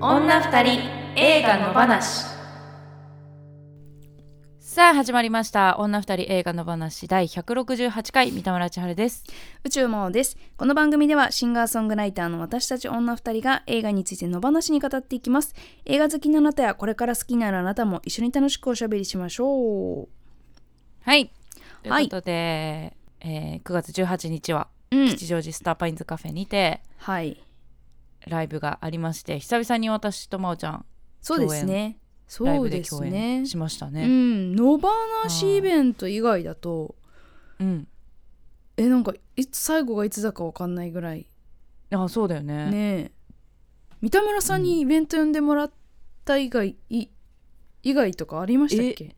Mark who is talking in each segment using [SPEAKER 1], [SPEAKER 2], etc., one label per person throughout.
[SPEAKER 1] た二人映画の話さあ始まりました女二人映画の話第168回三田村千春です
[SPEAKER 2] 宇宙魔王ですこの番組ではシンガーソングライターの私たち女二人が映画についての話に語っていきます映画好きなあなたやこれから好きになるあなたも一緒に楽しくおしゃべりしましょ
[SPEAKER 1] はいと
[SPEAKER 2] はいいう
[SPEAKER 1] ことで、えー9月18日は
[SPEAKER 2] ううん
[SPEAKER 1] 吉祥寺スターパインズカフェにて
[SPEAKER 2] はい
[SPEAKER 1] ライブがありまして久々に私と真央ちゃん
[SPEAKER 2] そうですね
[SPEAKER 1] ライ
[SPEAKER 2] そ
[SPEAKER 1] ブ
[SPEAKER 2] う
[SPEAKER 1] で
[SPEAKER 2] です
[SPEAKER 1] 共演
[SPEAKER 2] ね
[SPEAKER 1] しました
[SPEAKER 2] う
[SPEAKER 1] ね
[SPEAKER 2] ん野放しイベント以外だと
[SPEAKER 1] うん、
[SPEAKER 2] えなんかいつ最後がいつだかわかんないぐらい
[SPEAKER 1] あそうだよね
[SPEAKER 2] ねえ三田村さんにイベント呼んでもらった以外、い以外とかありましたっけ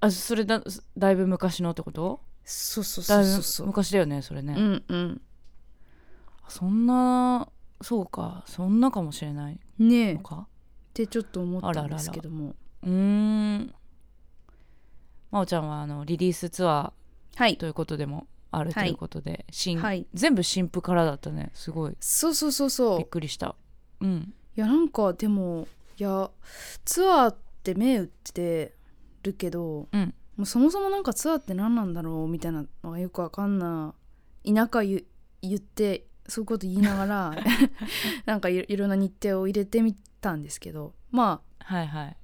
[SPEAKER 1] あそれだだいぶ昔のってこと
[SPEAKER 2] そうそうそ
[SPEAKER 1] だ
[SPEAKER 2] う
[SPEAKER 1] い
[SPEAKER 2] そう
[SPEAKER 1] ぶ
[SPEAKER 2] そう
[SPEAKER 1] 昔だよねそれね、
[SPEAKER 2] うんうん
[SPEAKER 1] そんなそうかそんなかもしれない
[SPEAKER 2] ねえ
[SPEAKER 1] のか
[SPEAKER 2] ってちょっと思ったんですけども
[SPEAKER 1] うーん真央ちゃんはあのリリースツア
[SPEAKER 2] は
[SPEAKER 1] ー
[SPEAKER 2] い
[SPEAKER 1] ということでもあるということで、新
[SPEAKER 2] はい
[SPEAKER 1] 全部新譜からだったねすごい
[SPEAKER 2] そうそうそ
[SPEAKER 1] び
[SPEAKER 2] う
[SPEAKER 1] っ
[SPEAKER 2] そう
[SPEAKER 1] くりしたうん
[SPEAKER 2] いやなんかでもいやツアーって目打ってるけど、
[SPEAKER 1] うん
[SPEAKER 2] もうそもそもなんかツアーって何なんだろうみたいなのがよくわかんない田舎ゆ言ってそういうこと言いながら なんかいろいろんな日程を入れてみたんですけどま
[SPEAKER 1] はいはい
[SPEAKER 2] あ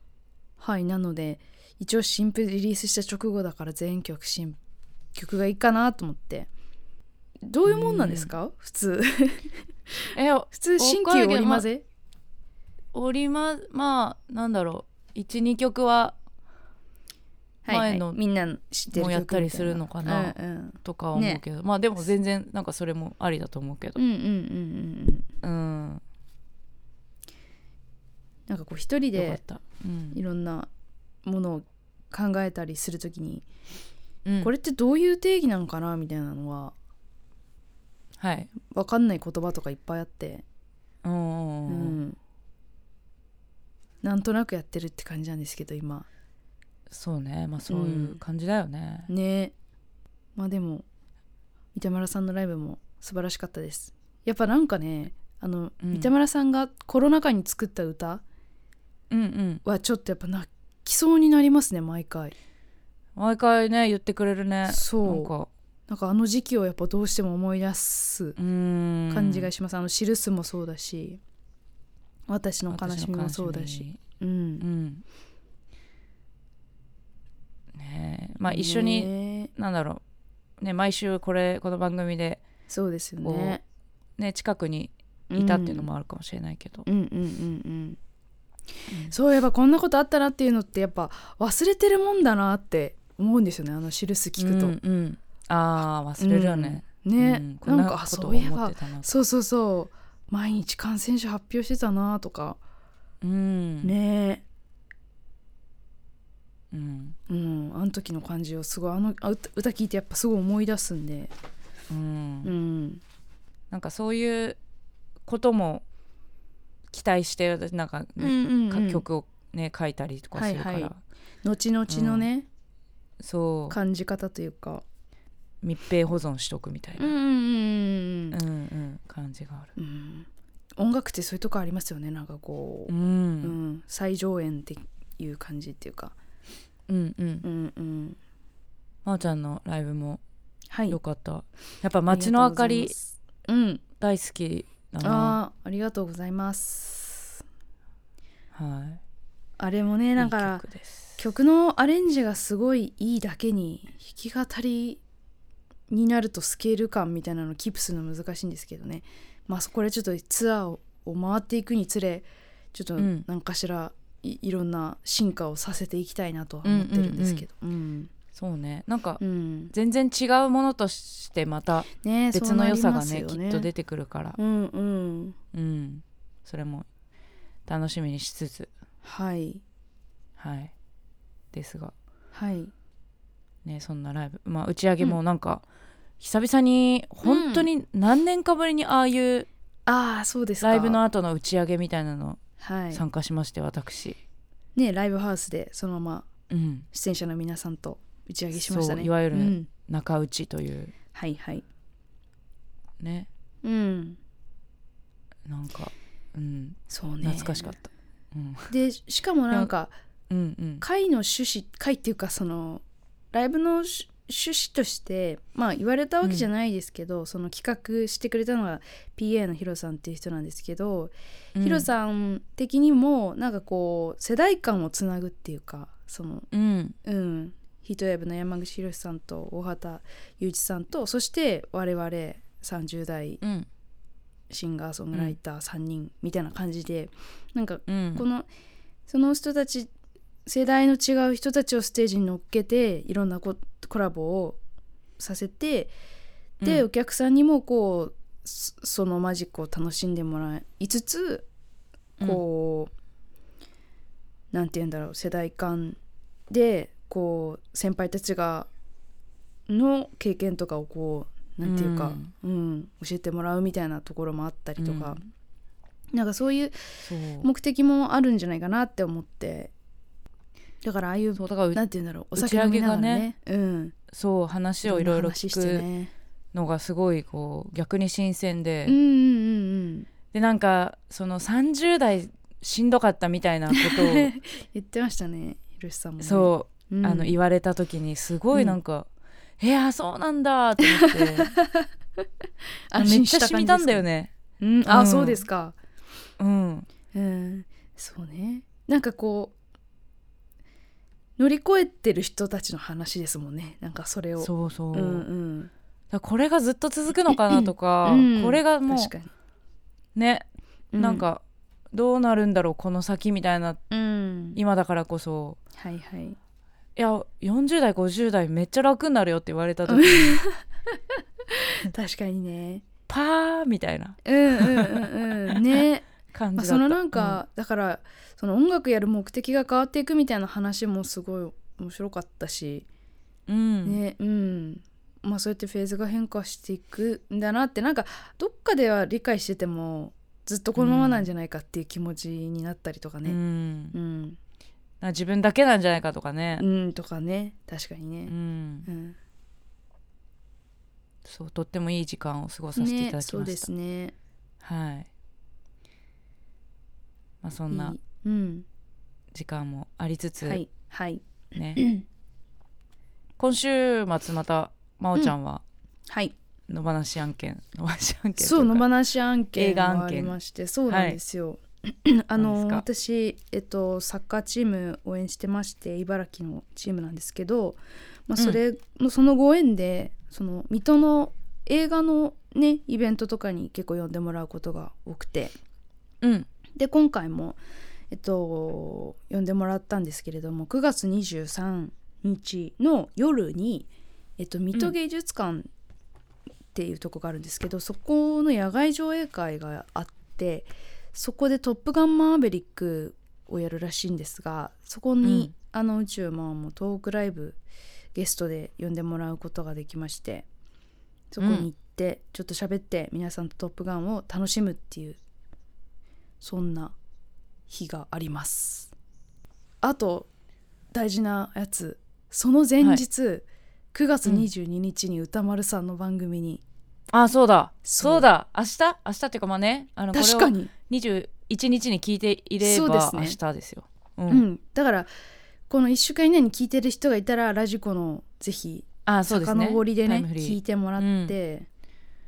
[SPEAKER 2] はいなので一応新譜リリースした直後だから全曲新曲がいいかなと思ってどういうもんなんですか、普通
[SPEAKER 1] え
[SPEAKER 2] 普通新旧織り交ぜ
[SPEAKER 1] 折りままあなんだろう12曲は
[SPEAKER 2] はいはい
[SPEAKER 1] 前の
[SPEAKER 2] みんな知ってる曲みたいな
[SPEAKER 1] もやったりするのかな
[SPEAKER 2] うんうん
[SPEAKER 1] とかは思うけど、まあでも全然なんかそれもありだと思うけど
[SPEAKER 2] うんうんうんうんう
[SPEAKER 1] う
[SPEAKER 2] ん
[SPEAKER 1] ん
[SPEAKER 2] なんかこう一人
[SPEAKER 1] よかっ
[SPEAKER 2] で
[SPEAKER 1] た、うん
[SPEAKER 2] いろんなものを考えたりするときに、
[SPEAKER 1] うん、
[SPEAKER 2] これってどういう定義なのかなみたいなのは
[SPEAKER 1] はい
[SPEAKER 2] 分かんない言葉とかいっぱいあって、
[SPEAKER 1] うん
[SPEAKER 2] う
[SPEAKER 1] うんんうん
[SPEAKER 2] なんとなくやってるって感じなんですけど今
[SPEAKER 1] そうねまあそういう感じだよね、
[SPEAKER 2] ねまあでも三田村さんのライブも素晴らしかったですやっぱなんかねあの、
[SPEAKER 1] うん
[SPEAKER 2] 三田村さんがコロナ禍に作った歌
[SPEAKER 1] うん、うん
[SPEAKER 2] はちょっとやっぱ泣きそうになりますね毎回
[SPEAKER 1] 毎回ね言ってくれるね
[SPEAKER 2] そう
[SPEAKER 1] なんか
[SPEAKER 2] なんかあの時期をやっぱどうしても思い出す
[SPEAKER 1] うーん
[SPEAKER 2] 感じがします、あの「シルス」もそうだし「私の悲しみ」もそうだしうん
[SPEAKER 1] う、んねえまあ一緒に、
[SPEAKER 2] ね
[SPEAKER 1] なんだろうね毎週これこの番組で
[SPEAKER 2] そうですよね
[SPEAKER 1] ね近くにいたっていうのもあるかもしれないけど、
[SPEAKER 2] うんうんうんうんうんそういえばこんなことあったなっていうのってやっぱ忘れてるもんだなって思うんですよねあの「シルス」聞くと、
[SPEAKER 1] うんうんああ忘れるよね、
[SPEAKER 2] ね、
[SPEAKER 1] うんこ
[SPEAKER 2] なんん
[SPEAKER 1] な
[SPEAKER 2] かあ
[SPEAKER 1] こ
[SPEAKER 2] そ
[SPEAKER 1] とを
[SPEAKER 2] ういえ
[SPEAKER 1] 思っ
[SPEAKER 2] ば
[SPEAKER 1] てたなと
[SPEAKER 2] そうそうそう毎日感染者発表してたなとか
[SPEAKER 1] うん
[SPEAKER 2] ね
[SPEAKER 1] うん
[SPEAKER 2] うん、あの時の感じをすごいあのあ歌歌聞いてやっぱすごい思い出すんで、
[SPEAKER 1] うん
[SPEAKER 2] うん、
[SPEAKER 1] なんかそういうことも期待して私なんか、ね
[SPEAKER 2] 各曲
[SPEAKER 1] 曲をね書いたりとかするから、
[SPEAKER 2] はいはい後々のね、
[SPEAKER 1] そう
[SPEAKER 2] 感じ方というか、
[SPEAKER 1] 密閉保存しとくみたいな、
[SPEAKER 2] うんうん
[SPEAKER 1] うんうん感じがある。
[SPEAKER 2] うん、音楽ってそういうとこありますよねなんかこ
[SPEAKER 1] う
[SPEAKER 2] う、うん
[SPEAKER 1] ん、
[SPEAKER 2] 再上演っていう感じっていうか、
[SPEAKER 1] うんうん
[SPEAKER 2] うんうん、
[SPEAKER 1] まおちゃんのライブも
[SPEAKER 2] はい
[SPEAKER 1] よかったやっぱ街の明か
[SPEAKER 2] ありが
[SPEAKER 1] り
[SPEAKER 2] とうございますうん
[SPEAKER 1] 大好きだな
[SPEAKER 2] あーありがとうございます
[SPEAKER 1] は
[SPEAKER 2] あれも
[SPEAKER 1] い
[SPEAKER 2] ねだから
[SPEAKER 1] いい曲です
[SPEAKER 2] 曲のアレンジがすごいいいだけに弾き語りになるとスケール感みたいなのをキープするの難しいんですけどねまあそこでちょっとツアーを回っていくにつれちょっと
[SPEAKER 1] うん
[SPEAKER 2] 何かしらい,、ろんな進化をさせていきたいなとは思ってるんですけどうん
[SPEAKER 1] そうねなんか
[SPEAKER 2] うん
[SPEAKER 1] 全然違うものとしてまた
[SPEAKER 2] ね
[SPEAKER 1] 別の良さがね
[SPEAKER 2] そうなりますよ
[SPEAKER 1] きっと出てくるから
[SPEAKER 2] うんうん
[SPEAKER 1] うんそれも楽しみにしつつ
[SPEAKER 2] はい
[SPEAKER 1] はいですが
[SPEAKER 2] はい
[SPEAKER 1] ねそんなライブまあ打ち上げもなんか、久々に本当に何年かぶりにああいう
[SPEAKER 2] ああそうですか
[SPEAKER 1] ライブの後の打ち上げみたいなの
[SPEAKER 2] はい
[SPEAKER 1] 参加しまして、私、
[SPEAKER 2] ねライブハウスでそのまま
[SPEAKER 1] うん、
[SPEAKER 2] 出演者の皆さんと打ち上げしました
[SPEAKER 1] そ
[SPEAKER 2] ね
[SPEAKER 1] ういわゆる
[SPEAKER 2] うん
[SPEAKER 1] 中打ちという
[SPEAKER 2] はいはい
[SPEAKER 1] ね
[SPEAKER 2] うん
[SPEAKER 1] なんかうん、
[SPEAKER 2] そうね
[SPEAKER 1] 懐かしかった、うん、
[SPEAKER 2] でしかもなんか
[SPEAKER 1] うんうん
[SPEAKER 2] 会の趣旨会っていうかそのライブの趣趣旨としてまあ言われたわけじゃないですけど、その企画してくれたのが PA のヒロさんっていう人なんですけど、ヒロさん的にもなんかこう世代間をつなぐっていうかその
[SPEAKER 1] うん
[SPEAKER 2] うんヒートウェーブの山口博さんと大畑雄一さんとそして我々30代
[SPEAKER 1] うん
[SPEAKER 2] シンガーソングライター3人みたいな感じで、なんか
[SPEAKER 1] うん
[SPEAKER 2] このその人たち世代の違う人たちをステージに乗っけていろんなココラボをさせてで、
[SPEAKER 1] う
[SPEAKER 2] お客さんにもこうそそのマジックを楽しんでもらいつつ
[SPEAKER 1] ん
[SPEAKER 2] こう、なんて言うんだろう世代間でこう先輩たちがの経験とかをこうなんていうか、うん教えてもらうみたいなところもあったりとか、なんかそういう
[SPEAKER 1] そう
[SPEAKER 2] 目的もあるんじゃないかなって思ってだからああいう
[SPEAKER 1] そうだからう
[SPEAKER 2] なんて言うんだろうお酒飲みながらねうん
[SPEAKER 1] そう話をいろいろ聞
[SPEAKER 2] いろんな話して
[SPEAKER 1] く
[SPEAKER 2] ね
[SPEAKER 1] のがすごいこう逆に新鮮で、
[SPEAKER 2] うんうんうん
[SPEAKER 1] でなんかその30代しんどかったみたいなこ
[SPEAKER 2] う
[SPEAKER 1] と
[SPEAKER 2] ん言ってましたねひろしさんも
[SPEAKER 1] を
[SPEAKER 2] ね、、
[SPEAKER 1] そううあの言
[SPEAKER 2] わ
[SPEAKER 1] われた時にすごいなんか「いやそうなんだ」って思って あめっちゃ染みたんだよ
[SPEAKER 2] ね、
[SPEAKER 1] ね。
[SPEAKER 2] うん、
[SPEAKER 1] う
[SPEAKER 2] あ、
[SPEAKER 1] ん
[SPEAKER 2] そうですか
[SPEAKER 1] うん、
[SPEAKER 2] うんそうねなんかこう乗り越えてる人たちの話ですもんねなんかそれを
[SPEAKER 1] そうそう、
[SPEAKER 2] うん
[SPEAKER 1] だからこれがずっと続くのかなとか、
[SPEAKER 2] うん
[SPEAKER 1] これが
[SPEAKER 2] うん
[SPEAKER 1] も
[SPEAKER 2] 確かに
[SPEAKER 1] うね、
[SPEAKER 2] う
[SPEAKER 1] なんかどうなるんだろうこの先みたいな
[SPEAKER 2] うん
[SPEAKER 1] 今だからこそ
[SPEAKER 2] は いはい
[SPEAKER 1] いや40代50代めっちゃ楽になるよって言われた時に
[SPEAKER 2] 確かにね
[SPEAKER 1] パーみたいな
[SPEAKER 2] うんうんうんうんね
[SPEAKER 1] 感
[SPEAKER 2] まあ、
[SPEAKER 1] じだ
[SPEAKER 2] そ
[SPEAKER 1] った。
[SPEAKER 2] のなんか、だからその音楽やる目的が変わっていくみたいな話もすごい面白かったし、
[SPEAKER 1] うん、うん
[SPEAKER 2] ねうんまあそうやってフェーズが変化していくんだなってなんかどっかでは理解しててもずっとこのままなんじゃないかっていう気持ちになったりとか
[SPEAKER 1] う
[SPEAKER 2] ね
[SPEAKER 1] ん
[SPEAKER 2] う、ん、
[SPEAKER 1] な自分だけなんじゃないかとかね
[SPEAKER 2] うん、、とかね確かに
[SPEAKER 1] うん
[SPEAKER 2] ね、うん、
[SPEAKER 1] そうとってもいい時間を過ごさせていただ
[SPEAKER 2] ね
[SPEAKER 1] き
[SPEAKER 2] そう
[SPEAKER 1] ま
[SPEAKER 2] で
[SPEAKER 1] した、
[SPEAKER 2] すね
[SPEAKER 1] はい、まあ、そんない
[SPEAKER 2] いうん
[SPEAKER 1] 時間もありつつ、
[SPEAKER 2] はいはい
[SPEAKER 1] ね今週末また真央ちゃんは
[SPEAKER 2] はい
[SPEAKER 1] 野放し案件、野放し案件
[SPEAKER 2] そう
[SPEAKER 1] とい
[SPEAKER 2] 野
[SPEAKER 1] か
[SPEAKER 2] 放し案
[SPEAKER 1] 映
[SPEAKER 2] 件
[SPEAKER 1] 画案
[SPEAKER 2] が
[SPEAKER 1] 件
[SPEAKER 2] ありましてそうなんですよ、
[SPEAKER 1] な
[SPEAKER 2] あ
[SPEAKER 1] ん
[SPEAKER 2] の
[SPEAKER 1] で
[SPEAKER 2] 私、えっと、サッカーチーム応援してまして茨城のチームなんですけど、まあ、それの、そのご縁でその水戸の映画のねイベントとかに結構呼んでもらうことが多くて
[SPEAKER 1] うん
[SPEAKER 2] で今回も、えっと、呼んでもらったんですけれども9月23日の夜に、えっと、水戸芸術館っていうとこがあるんですけど、そこの野外上映会があってそこで「トップガンマーヴェリック」をやるらしいんですがそこに、
[SPEAKER 1] うん
[SPEAKER 2] あの宇宙マンもトークライブゲストで呼んでもらうことができましてそこに行って、ちょっと喋って皆さんと「トップガン」を楽しむっていうそんな日がありますあと大事なやつその前日、9月22日に歌丸さんの番組に、
[SPEAKER 1] あそうだ
[SPEAKER 2] そう
[SPEAKER 1] そうだ明日明日っていうかまあねあのこれ
[SPEAKER 2] 確か
[SPEAKER 1] を
[SPEAKER 2] に、
[SPEAKER 1] 21日に聞いていれ
[SPEAKER 2] そうで
[SPEAKER 1] ば
[SPEAKER 2] すね
[SPEAKER 1] 明日ですよう
[SPEAKER 2] うんだからこの1週間以内に聞いてる人がいたらラジコのぜひ
[SPEAKER 1] あそうですね
[SPEAKER 2] 遡り
[SPEAKER 1] タ
[SPEAKER 2] でね
[SPEAKER 1] イムフリー
[SPEAKER 2] 聞いてもらって、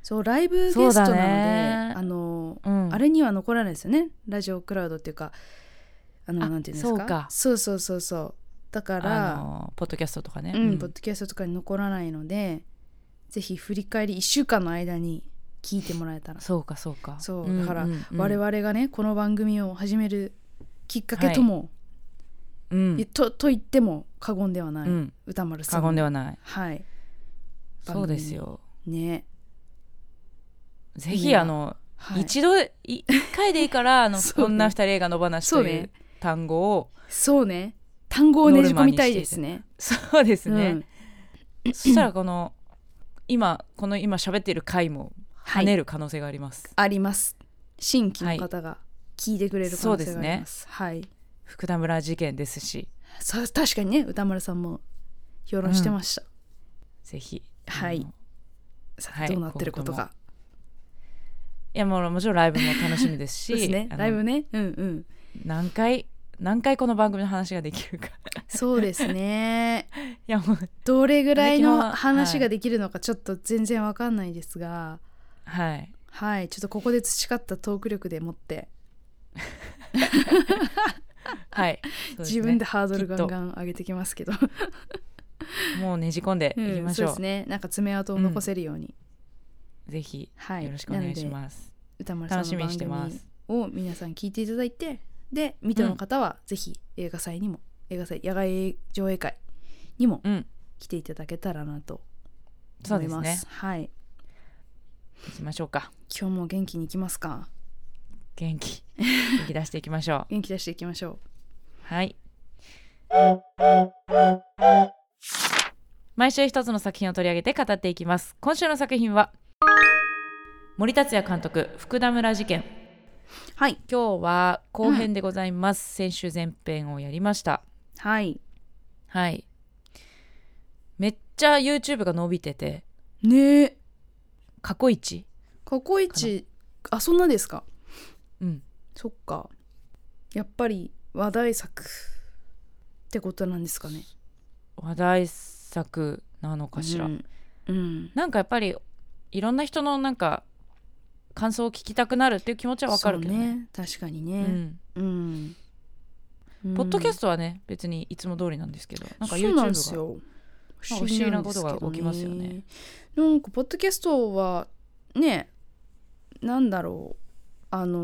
[SPEAKER 2] そうライブゲストなの
[SPEAKER 1] そう
[SPEAKER 2] で、
[SPEAKER 1] だね
[SPEAKER 2] あの
[SPEAKER 1] うん、
[SPEAKER 2] あれには残らないですよねラジオクラウドっていうかあの
[SPEAKER 1] あ
[SPEAKER 2] なんていうんですか
[SPEAKER 1] そうか
[SPEAKER 2] そうそうそうそうだから
[SPEAKER 1] あのポッドキャストとかね、
[SPEAKER 2] うん
[SPEAKER 1] うん
[SPEAKER 2] ポッドキャストとかに残らないのでぜひ振り返り1週間の間に聞いてもらえたら、
[SPEAKER 1] そうかそうか
[SPEAKER 2] そう
[SPEAKER 1] うん
[SPEAKER 2] だから
[SPEAKER 1] うんうん
[SPEAKER 2] 我々がねこの番組を始めるきっかけとも、
[SPEAKER 1] うん
[SPEAKER 2] とと言っても過言ではない、
[SPEAKER 1] うん
[SPEAKER 2] 歌丸
[SPEAKER 1] 過
[SPEAKER 2] さ
[SPEAKER 1] 言
[SPEAKER 2] ん
[SPEAKER 1] で
[SPEAKER 2] は
[SPEAKER 1] はない
[SPEAKER 2] はい番組に
[SPEAKER 1] そうですよ
[SPEAKER 2] ね、
[SPEAKER 1] ぜひあの、
[SPEAKER 2] はい、
[SPEAKER 1] 一度い一回でいいからあの、
[SPEAKER 2] そうね
[SPEAKER 1] こんな二人映画の話と
[SPEAKER 2] そう
[SPEAKER 1] い
[SPEAKER 2] ね
[SPEAKER 1] う単語を
[SPEAKER 2] そうね単語をねじ込みたいですね
[SPEAKER 1] そうですね、
[SPEAKER 2] うん
[SPEAKER 1] そしたらこの今この今喋っている回も
[SPEAKER 2] は
[SPEAKER 1] 跳
[SPEAKER 2] い
[SPEAKER 1] ねる可能性があります、
[SPEAKER 2] あります新規の方が聞いてくれる可能性があります,、はい
[SPEAKER 1] 福田村事件ですし
[SPEAKER 2] そう確かにね歌丸さんも評論してました、
[SPEAKER 1] ぜひ
[SPEAKER 2] は
[SPEAKER 1] あ
[SPEAKER 2] い
[SPEAKER 1] の
[SPEAKER 2] さ
[SPEAKER 1] はい
[SPEAKER 2] どうなってることが、
[SPEAKER 1] いやもうもちろんライブも楽しみですし
[SPEAKER 2] そうですね
[SPEAKER 1] あの
[SPEAKER 2] ライブねうんうん
[SPEAKER 1] 何回何回この番組の話ができるか
[SPEAKER 2] そうですね
[SPEAKER 1] いやもう
[SPEAKER 2] どれぐらい
[SPEAKER 1] どれだけ
[SPEAKER 2] の
[SPEAKER 1] の
[SPEAKER 2] 話
[SPEAKER 1] は
[SPEAKER 2] が
[SPEAKER 1] い
[SPEAKER 2] できるのかちょっと全然わかんないですが
[SPEAKER 1] はい
[SPEAKER 2] はいちょっとここで培ったトーク力でもって、
[SPEAKER 1] はい、そうすね
[SPEAKER 2] 自分でハードルガンガン上げてきますけど、
[SPEAKER 1] もうねじ込んでいきまし
[SPEAKER 2] そう
[SPEAKER 1] ょう,、
[SPEAKER 2] ですねなんか爪痕を残せるように、
[SPEAKER 1] ぜひ
[SPEAKER 2] はい
[SPEAKER 1] よろしくお願いし
[SPEAKER 2] す
[SPEAKER 1] ます、
[SPEAKER 2] 歌丸さん
[SPEAKER 1] 楽し
[SPEAKER 2] の
[SPEAKER 1] みに
[SPEAKER 2] 番
[SPEAKER 1] してま
[SPEAKER 2] 組
[SPEAKER 1] す
[SPEAKER 2] を皆さん聞いていただいてで見ての方はぜひ映画祭にも、映画祭野外上映会にも
[SPEAKER 1] うん
[SPEAKER 2] 来ていただけたらなと
[SPEAKER 1] そう
[SPEAKER 2] 思
[SPEAKER 1] で
[SPEAKER 2] い
[SPEAKER 1] す
[SPEAKER 2] ます
[SPEAKER 1] ね
[SPEAKER 2] はい
[SPEAKER 1] 行きましょうか
[SPEAKER 2] 今日も元気にいきますか
[SPEAKER 1] 元気元気出していきましょう
[SPEAKER 2] 元気出していきましょ
[SPEAKER 1] はい毎週一つの作品を取り上げて語っていきます今週の作品は森達也監督福田村事件
[SPEAKER 2] うはい
[SPEAKER 1] 今日は後編でございます、先週前編をやりました
[SPEAKER 2] はい
[SPEAKER 1] はいめっちゃ YouTube が伸びてて
[SPEAKER 2] ねえ
[SPEAKER 1] 過去一
[SPEAKER 2] 過去一あそんなですか
[SPEAKER 1] うん
[SPEAKER 2] そっかやっぱり話題作ってことなんですかね
[SPEAKER 1] 話題作なのかしら、
[SPEAKER 2] うん、うん
[SPEAKER 1] なんかやっぱりいろんな人のなんか感想を聞きたくなるっていう気持ちはわかるけど
[SPEAKER 2] そう
[SPEAKER 1] ね
[SPEAKER 2] ね確かに
[SPEAKER 1] う
[SPEAKER 2] ね、
[SPEAKER 1] ん、
[SPEAKER 2] うん
[SPEAKER 1] ポッドキャス
[SPEAKER 2] ト
[SPEAKER 1] トはね別にいつも通りなんですけどなんか
[SPEAKER 2] そうなんで
[SPEAKER 1] YouTube
[SPEAKER 2] す
[SPEAKER 1] が
[SPEAKER 2] よ
[SPEAKER 1] 不思議なんですけどねなんか不思議なことが起きますよね
[SPEAKER 2] なんかポッドキャストはねなんだろうあの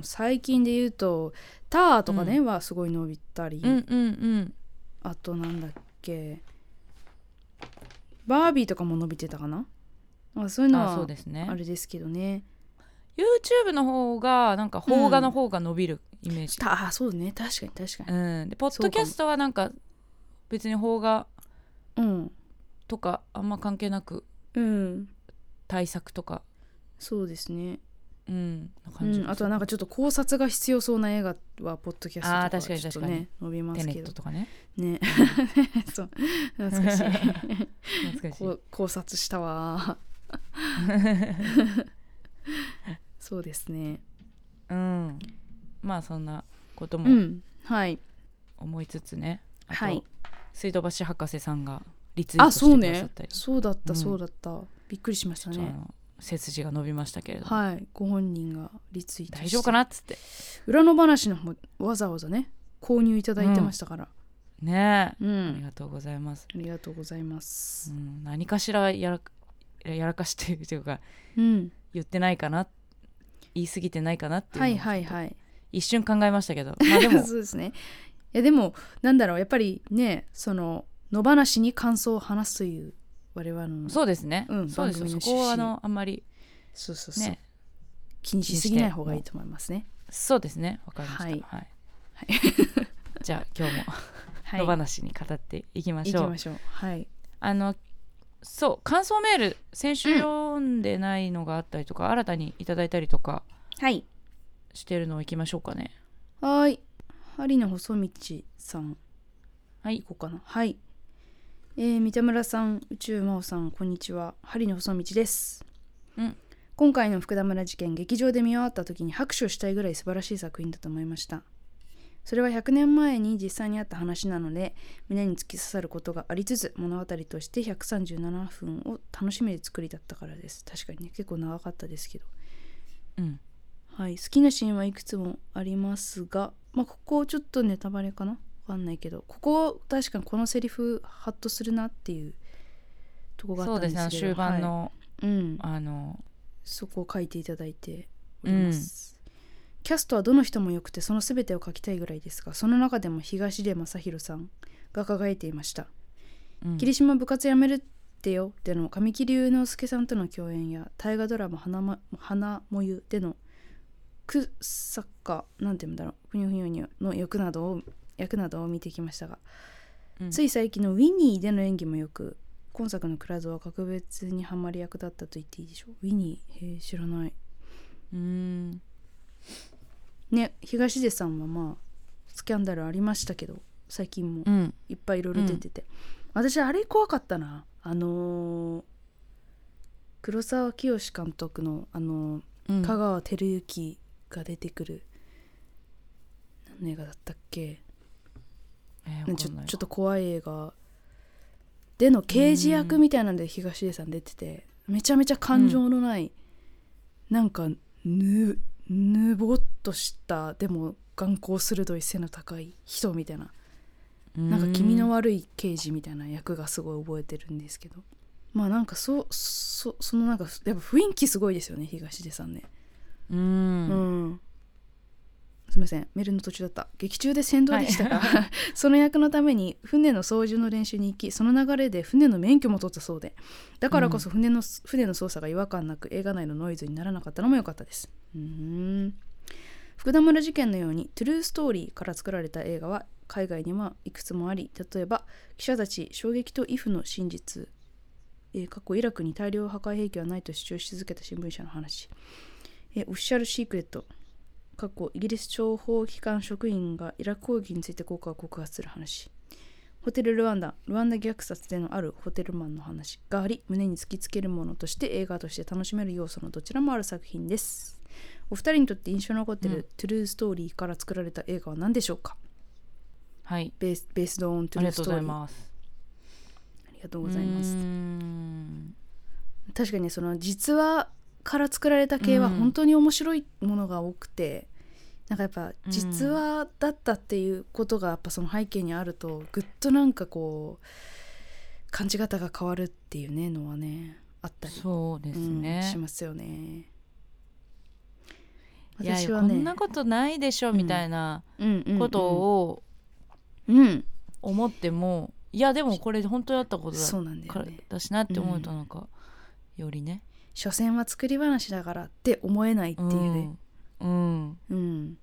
[SPEAKER 2] ー最近で言うと「ター」とかね、
[SPEAKER 1] う
[SPEAKER 2] はすごい伸びたり、
[SPEAKER 1] うんうんうん
[SPEAKER 2] あとなんだっけバービーとかも伸びてたかななんかそういうの
[SPEAKER 1] あそう
[SPEAKER 2] は
[SPEAKER 1] です
[SPEAKER 2] あ
[SPEAKER 1] ね
[SPEAKER 2] れですけどね
[SPEAKER 1] YouTube の方がなんか邦画の方が伸びるイメージ、
[SPEAKER 2] たあそうね確かに確か
[SPEAKER 1] うんでポッドキャストはなんか別に邦画
[SPEAKER 2] にうん
[SPEAKER 1] とかあんま関係なく
[SPEAKER 2] うん
[SPEAKER 1] 対策とか
[SPEAKER 2] そうですね
[SPEAKER 1] うんな
[SPEAKER 2] う
[SPEAKER 1] 感じ、
[SPEAKER 2] ん、あとはなんかちょっと考察が必要そうな映画はポッドキャストと
[SPEAKER 1] あ
[SPEAKER 2] か
[SPEAKER 1] ー確かに
[SPEAKER 2] ちょっと
[SPEAKER 1] 確か
[SPEAKER 2] ね伸びま
[SPEAKER 1] テ
[SPEAKER 2] す
[SPEAKER 1] ネ
[SPEAKER 2] け
[SPEAKER 1] ット
[SPEAKER 2] ど
[SPEAKER 1] とかね
[SPEAKER 2] ね そう懐かしい
[SPEAKER 1] 懐かしい
[SPEAKER 2] こ う考察したわそうですね
[SPEAKER 1] うんまあそんなこと
[SPEAKER 2] う
[SPEAKER 1] も
[SPEAKER 2] んはい
[SPEAKER 1] 思いつつね、あと
[SPEAKER 2] はい
[SPEAKER 1] 水道橋博士さんがリツイー
[SPEAKER 2] あ
[SPEAKER 1] トし
[SPEAKER 2] そう
[SPEAKER 1] てくださ
[SPEAKER 2] ね
[SPEAKER 1] ったりち
[SPEAKER 2] そうだった、
[SPEAKER 1] うん
[SPEAKER 2] そうだったびっくりしました
[SPEAKER 1] ょっとあ
[SPEAKER 2] ね
[SPEAKER 1] の背筋が伸びましたけれども、
[SPEAKER 2] はいご本人がリツイートして
[SPEAKER 1] 大丈夫かなっつって
[SPEAKER 2] 裏の話の方もわざわざね購入いただいてましたから
[SPEAKER 1] ねえ、
[SPEAKER 2] うん、
[SPEAKER 1] ありがとうございます、
[SPEAKER 2] ありがとうございま
[SPEAKER 1] う
[SPEAKER 2] す
[SPEAKER 1] ん、何かしらやらかやらかしてるというか
[SPEAKER 2] うん、
[SPEAKER 1] 言ってないかな言い過ぎてないかなっていうの
[SPEAKER 2] は
[SPEAKER 1] を
[SPEAKER 2] いはいはい
[SPEAKER 1] 一瞬考えましたけどまあでも
[SPEAKER 2] そうですねいやでもなんだろうやっぱりねその野放しに感想を話すという我々の
[SPEAKER 1] そうですね、
[SPEAKER 2] うん
[SPEAKER 1] そうですよ
[SPEAKER 2] 番組
[SPEAKER 1] そ
[SPEAKER 2] の
[SPEAKER 1] こはあ
[SPEAKER 2] 趣旨
[SPEAKER 1] のあんまり
[SPEAKER 2] そうそうそう
[SPEAKER 1] ね
[SPEAKER 2] 気にしすぎない方がいいと思いますね
[SPEAKER 1] そうですねわかりました
[SPEAKER 2] はい
[SPEAKER 1] はい
[SPEAKER 2] は
[SPEAKER 1] じゃあ今日も
[SPEAKER 2] はい
[SPEAKER 1] 野放しに語っていきま
[SPEAKER 2] 行
[SPEAKER 1] し
[SPEAKER 2] き
[SPEAKER 1] ょう、
[SPEAKER 2] ましょうはい
[SPEAKER 1] あのそう感想メール先週読んでないのがあったりとか、新たにいただいたりとか
[SPEAKER 2] はい
[SPEAKER 1] してるのをいきましょうかね
[SPEAKER 2] はーい針の細道さん
[SPEAKER 1] はい
[SPEAKER 2] 行こうかなはいえー三田村さん宇宙真央さんこんにちは針の細道です
[SPEAKER 1] うん
[SPEAKER 2] 今回の福田村事件劇場で見終わった時に拍手をしたいぐらい素晴らしい作品だと思いましたそれは100年前に実際にあった話なので胸に突き刺さることがありつつ物語として137分を楽しめる作りだったからです確かにね結構長かったですけど
[SPEAKER 1] うん
[SPEAKER 2] はい、好きなシーンはいくつもありますが、まあ、ここちょっとネタバレかなわかんないけどここ確かにこのセリフハッとするなっていうとこがあ
[SPEAKER 1] そ
[SPEAKER 2] っ
[SPEAKER 1] う
[SPEAKER 2] た
[SPEAKER 1] です
[SPEAKER 2] んで
[SPEAKER 1] ねあ
[SPEAKER 2] す
[SPEAKER 1] の
[SPEAKER 2] けど
[SPEAKER 1] 終盤
[SPEAKER 2] はい
[SPEAKER 1] の、
[SPEAKER 2] うん、
[SPEAKER 1] あの
[SPEAKER 2] そこを書いていただいております、キャストはどの人も良くてその全てを書きたいぐらいですがその中でも東出昌大さんが輝いていました
[SPEAKER 1] うん
[SPEAKER 2] 霧島部活やめるってよでの神木隆之介さんとの共演や大河ドラマ花ま「花もゆ」でのく作家なんて言うんだろうふにょふにょふにょの役などを役などを見てきましたが、
[SPEAKER 1] うん
[SPEAKER 2] つい最近の「ウィニー」での演技もよく今作の「クラウド」は格別にハマり役だったと言っていいでしょうウィニーへー知らないう
[SPEAKER 1] ーん
[SPEAKER 2] ね東出さんはまあスキャンダルありましたけど最近も
[SPEAKER 1] うん
[SPEAKER 2] いっぱいいろいろ出てて、私あれ怖かったなあのー黒沢清監督のあのー
[SPEAKER 1] うん
[SPEAKER 2] 香川照之が出てくる何の映画だったっけ
[SPEAKER 1] えー
[SPEAKER 2] なん
[SPEAKER 1] わ
[SPEAKER 2] かち
[SPEAKER 1] か
[SPEAKER 2] ょ
[SPEAKER 1] んないわ
[SPEAKER 2] ちょっと怖い映画での刑事役みたいなんで東出さん出ててめちゃめちゃ感情のない、なんかぬぬぼっとしたでも眼光鋭い背の高い人みたいななんか気味の悪い刑事みたいな役がすごい覚えてるんですけどまあなんかそそそのなんかやっぱ雰囲気すごいですよね東出さんね
[SPEAKER 1] うん
[SPEAKER 2] う
[SPEAKER 1] うん
[SPEAKER 2] んすみませんメールの途中だった劇中で船頭でしたが、その役のために船の操縦の練習に行きその流れで船の免許も取ったそうでだからこそ船の,、船の操作が違和感なく映画内のノイズにならなかったのも良かったですうーん福田村事件のようにトゥルーストーリーから作られた映画は海外にはいくつもあり例えば記者たち衝撃とイフの真実、えー過去イラクに大量破壊兵器はないと主張し続けた新聞社の話えーオフィシャルシークレット過去イギリス諜報機関職員がイラク攻撃について効果を告発する話ホテルルワンダルワンダ虐殺でのあるホテルマンの話があり胸に突きつけるものとして映画として楽しめる要素のどちらもある作品ですお二人にとって印象に残っている、トゥルーストーリーから作られた映画は何でしょうか
[SPEAKER 1] はい
[SPEAKER 2] ベースベースドオント
[SPEAKER 1] あり
[SPEAKER 2] ゥルー
[SPEAKER 1] が
[SPEAKER 2] スト
[SPEAKER 1] とうご
[SPEAKER 2] ーリー
[SPEAKER 1] ざいます
[SPEAKER 2] ありがとうございます
[SPEAKER 1] うーん
[SPEAKER 2] 確かにその実話から作られた系は
[SPEAKER 1] うん
[SPEAKER 2] 本当に面白いものが多くて、なんかやっぱ実話だったっていうことがやっぱその背景にあるとぐっとなんかこう感じ方が変わるっていうねのはねあったり、
[SPEAKER 1] そうです
[SPEAKER 2] うん
[SPEAKER 1] ね
[SPEAKER 2] し、ますよね。
[SPEAKER 1] いやい
[SPEAKER 2] 私
[SPEAKER 1] や
[SPEAKER 2] は
[SPEAKER 1] こ
[SPEAKER 2] ね
[SPEAKER 1] んなことないでしょ
[SPEAKER 2] うん
[SPEAKER 1] みたいなこ
[SPEAKER 2] こと
[SPEAKER 1] を
[SPEAKER 2] うんうん
[SPEAKER 1] 思ってもいやでもこれ本当だったこと
[SPEAKER 2] そ
[SPEAKER 1] だ
[SPEAKER 2] うなんだ
[SPEAKER 1] か
[SPEAKER 2] よ
[SPEAKER 1] ら
[SPEAKER 2] ね。
[SPEAKER 1] だしなって思うとなんかよりね
[SPEAKER 2] 所詮は作り話だからって思えないっていうね。
[SPEAKER 1] うんうん
[SPEAKER 2] うん、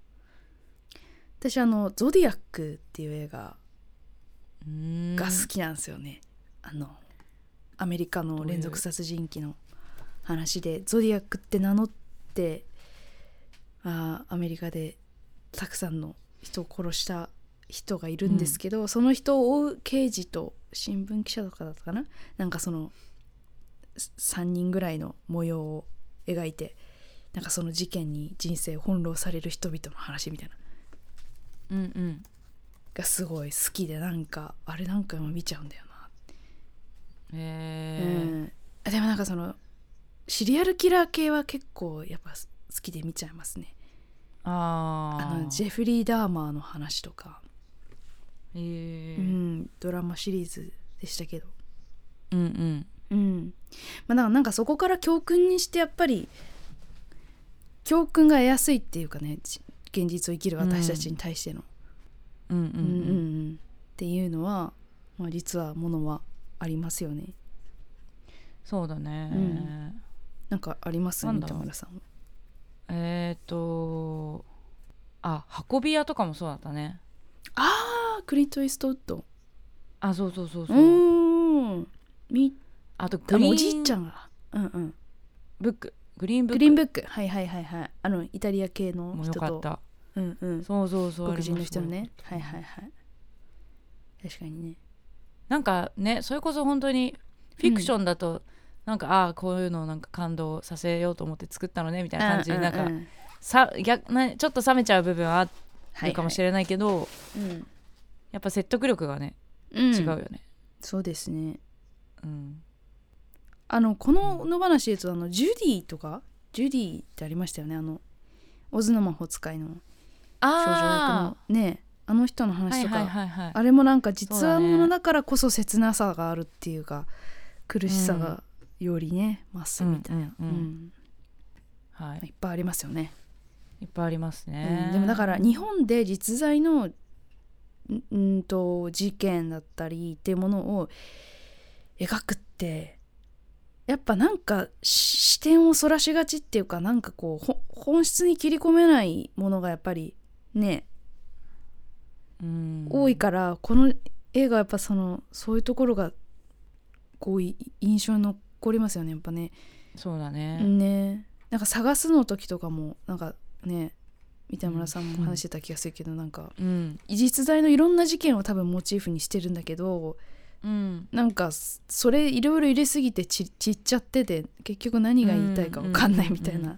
[SPEAKER 2] 私あの「ゾディアック」っていう映画
[SPEAKER 1] うーん
[SPEAKER 2] が好きなんですよね、あのアメリカの連続殺人鬼の話でゾディアックって名乗ってあーアメリカでたくさんの人を殺した人がいるんですけど、その人を追う刑事と新聞記者とかだったかななんかその3人ぐらいの模様を描いてなんかその事件に人生翻弄される人々の話みたいな
[SPEAKER 1] うんうん
[SPEAKER 2] がすごい好きでなんかあれなんかも見ちゃうんだよなう
[SPEAKER 1] え
[SPEAKER 2] ん、でもなんかそのシリアルキラー系は結構やっぱ好きで見ちゃいますね
[SPEAKER 1] ー、あ
[SPEAKER 2] あ
[SPEAKER 1] ー
[SPEAKER 2] のジェフリー・ダーマーの話とか、
[SPEAKER 1] えー
[SPEAKER 2] うん、ドラマシリーズでしたけど
[SPEAKER 1] うんうん
[SPEAKER 2] うんまあだからなんかそこから教訓にしてやっぱり教訓が得やすいっていうかねじ現実を生きる私たちに対しての、
[SPEAKER 1] うんうん
[SPEAKER 2] うんうんう
[SPEAKER 1] うん
[SPEAKER 2] んっていうのは、まあ、実はものはありますよね
[SPEAKER 1] そうだね、
[SPEAKER 2] うんなんかあります
[SPEAKER 1] なん
[SPEAKER 2] 三
[SPEAKER 1] だ
[SPEAKER 2] 田
[SPEAKER 1] ろう
[SPEAKER 2] 村さんは
[SPEAKER 1] えっ、ー、とあ運び屋とかもそうだったね
[SPEAKER 2] あークリント・イーストウッド
[SPEAKER 1] あそうそうそう
[SPEAKER 2] う
[SPEAKER 1] そう
[SPEAKER 2] ーんみ
[SPEAKER 1] あとグ
[SPEAKER 2] あ
[SPEAKER 1] リー
[SPEAKER 2] の
[SPEAKER 1] ン
[SPEAKER 2] おじいちゃんが、うんうん、
[SPEAKER 1] ブックグリーンブック
[SPEAKER 2] グリーンブックはいはいはいはいあのイタリア系の
[SPEAKER 1] もう
[SPEAKER 2] 人
[SPEAKER 1] よ
[SPEAKER 2] と
[SPEAKER 1] かった
[SPEAKER 2] うんうん、
[SPEAKER 1] そうそうそう
[SPEAKER 2] 黒人の人のね
[SPEAKER 1] あ
[SPEAKER 2] は
[SPEAKER 1] れもすごい良かった
[SPEAKER 2] いはいはい確かにね
[SPEAKER 1] なんかねそれこそ本当にフィクションだと、なんかああこういうのをなんか感動させようと思って作ったのねみたいな感じで、なんか、
[SPEAKER 2] うんうん
[SPEAKER 1] さ逆なちょっと冷めちゃう部分はあるかもし
[SPEAKER 2] は
[SPEAKER 1] れないけど、
[SPEAKER 2] いはい
[SPEAKER 1] やっぱ説得力がね
[SPEAKER 2] うん
[SPEAKER 1] 違うよ
[SPEAKER 2] ん、
[SPEAKER 1] ね、
[SPEAKER 2] そうですね
[SPEAKER 1] うん
[SPEAKER 2] あのこの野放しで言うとあのジュディとかジュディってありましたよねあのオズの魔法使いの少女
[SPEAKER 1] あ
[SPEAKER 2] 役のねあの人の
[SPEAKER 1] あはい
[SPEAKER 2] 話とか、
[SPEAKER 1] はいはいはい
[SPEAKER 2] あれもなんか実
[SPEAKER 1] そう
[SPEAKER 2] 話
[SPEAKER 1] だね
[SPEAKER 2] ものだからこそ切なさがあるっていうか苦しさがよりね増すみたいな、
[SPEAKER 1] うんうん
[SPEAKER 2] うん
[SPEAKER 1] はい
[SPEAKER 2] いっぱいありますよね、
[SPEAKER 1] いっぱいあります
[SPEAKER 2] う
[SPEAKER 1] ね
[SPEAKER 2] ん、でもだから日本で実在のんうんと事件だったりっていうものを描くってやっぱなんかし視点をそらしがちっていうかなんかこうほ本質に切り込めないものがやっぱりね
[SPEAKER 1] うん
[SPEAKER 2] 多いからこの映画はやっぱそのそういうところがこうい印象に残りますよねやっぱね。
[SPEAKER 1] そうだね、
[SPEAKER 2] ねなんか探すの時とかもなんかね三田村さんも話してた気がするけどなんか
[SPEAKER 1] うん
[SPEAKER 2] 実在のいろんな事件を多分モチーフにしてるんだけど
[SPEAKER 1] うん、
[SPEAKER 2] なんかそれいろいろ入れすぎてち散っちゃってて結局何が言いたいか分かんないみたいな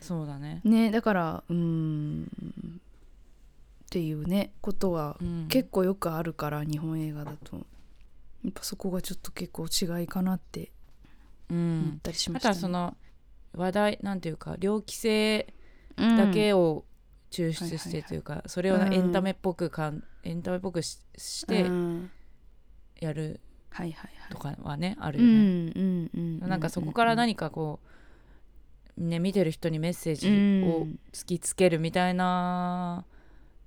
[SPEAKER 1] そうだね、
[SPEAKER 2] ねだからうーんっていうねことは
[SPEAKER 1] うん、
[SPEAKER 2] 結構よくあるから、日本映画だとやっぱそこがちょっと結構違いかなって
[SPEAKER 1] 構、う
[SPEAKER 2] 思っ
[SPEAKER 1] ん、
[SPEAKER 2] たりしま
[SPEAKER 1] あと
[SPEAKER 2] した、ね
[SPEAKER 1] はその話題なんていうか猟奇性
[SPEAKER 2] うん
[SPEAKER 1] だけを抽出
[SPEAKER 2] は
[SPEAKER 1] し
[SPEAKER 2] いはい
[SPEAKER 1] て
[SPEAKER 2] はい
[SPEAKER 1] というか、それをな
[SPEAKER 2] うん
[SPEAKER 1] エンタメっぽくかん、エンタメっぽくしして
[SPEAKER 2] うん
[SPEAKER 1] やる
[SPEAKER 2] はいはい
[SPEAKER 1] と
[SPEAKER 2] は
[SPEAKER 1] かはね、あ
[SPEAKER 2] い
[SPEAKER 1] るよね、
[SPEAKER 2] うんうんう
[SPEAKER 1] なんかそこから何かこう、ね、見てる人にメッセージを突きつけるみたいな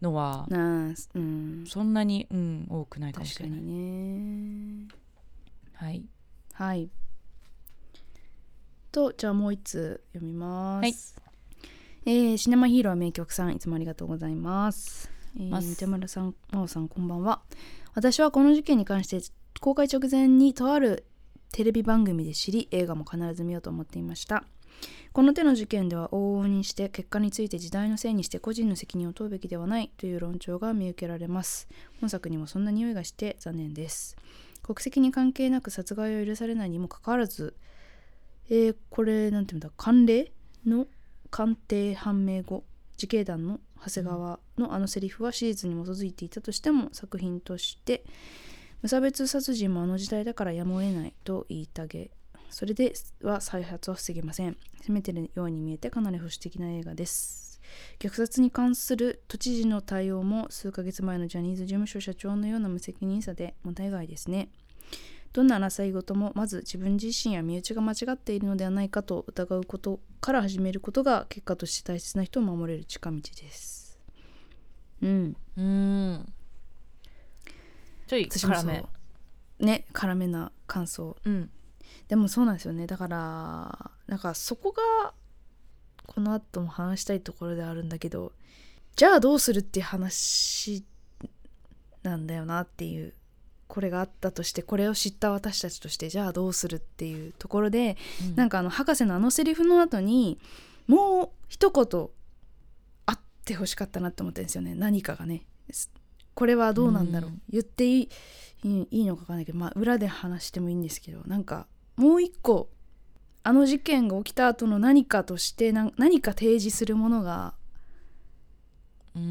[SPEAKER 1] のは
[SPEAKER 2] なあうん
[SPEAKER 1] そんなに、うん、多くないかも
[SPEAKER 2] 確
[SPEAKER 1] し
[SPEAKER 2] か
[SPEAKER 1] れない。
[SPEAKER 2] にね
[SPEAKER 1] はい
[SPEAKER 2] はい。とじゃあもう一通読みます。えーシネマヒーロー名曲さんいつもありがとうございます。えー、
[SPEAKER 1] ます
[SPEAKER 2] 三田村さん、真央さんこんばんは。私はこの事件に関して公開直前にとあるテレビ番組で知り映画も必ず見ようと思っていました。この手の事件では往々にして結果について時代のせいにして個人の責任を問うべきではないという論調が見受けられます。本作にもそんな匂いがして残念です。国籍に関係なく殺害を許されないにもかかわらず、えーこれなんていうんだ慣例の鑑定判明後自警団の長谷川のあのセリフは史実に基づいていたとしても作品として無差別殺人もあの時代だからやむを得ないと言いたげそれでは再発は防げません攻めてるように見えてかなり保守的な映画です虐殺に関する都知事の対応も数ヶ月前のジャニーズ事務所社長のような無責任さで問題外ですねどんな争い事もまず自分自身や身内が間違っているのではないかと疑うことから始めることが結果として大切な人を守れる近道です。うん、
[SPEAKER 1] うーんちょい
[SPEAKER 2] 私も
[SPEAKER 1] 辛
[SPEAKER 2] そう
[SPEAKER 1] め
[SPEAKER 2] ね辛めな感想
[SPEAKER 1] うん
[SPEAKER 2] でもそうなんですよねだからなんかそこがこの後も話したいところではあるんだけどじゃあどうするっていう話なんだよなっていうこれがあったとしてこれを知った私たちとしてじゃあどうするっていうところでなん
[SPEAKER 1] か
[SPEAKER 2] かあの博士のあのセリフの後にもう一言あってほしかったなって思ったんですよね何かがねすこれはどうなんだろう、
[SPEAKER 1] うん
[SPEAKER 2] 言っていいいいいいのかわかんないけど、まあ、裏で話してもいいんですけどなんかもう一個あの事件が起きた後の何かとしてなん何か提示するものが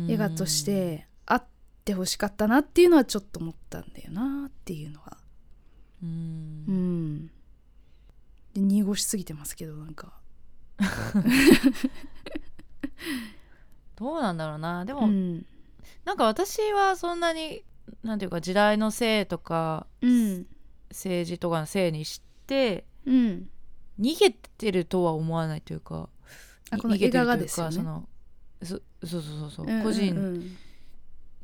[SPEAKER 2] 映画としてあってほしかったなっていうのはちょっと思ったんだよなっていうのは
[SPEAKER 1] う
[SPEAKER 2] うんんで濁しすぎてますけどなんか
[SPEAKER 1] どうなんだろうなでも、
[SPEAKER 2] うん
[SPEAKER 1] なんか私はそんなになんていうか時代のせいとか
[SPEAKER 2] うん
[SPEAKER 1] 政治とかのせいにして
[SPEAKER 2] うん
[SPEAKER 1] 逃げてるとは思わないというか
[SPEAKER 2] あ
[SPEAKER 1] に
[SPEAKER 2] この
[SPEAKER 1] 逃げてる
[SPEAKER 2] 映画が
[SPEAKER 1] という
[SPEAKER 2] ですよ
[SPEAKER 1] か
[SPEAKER 2] ね
[SPEAKER 1] そのそそうそうそうそう、
[SPEAKER 2] うんうんうん
[SPEAKER 1] 個人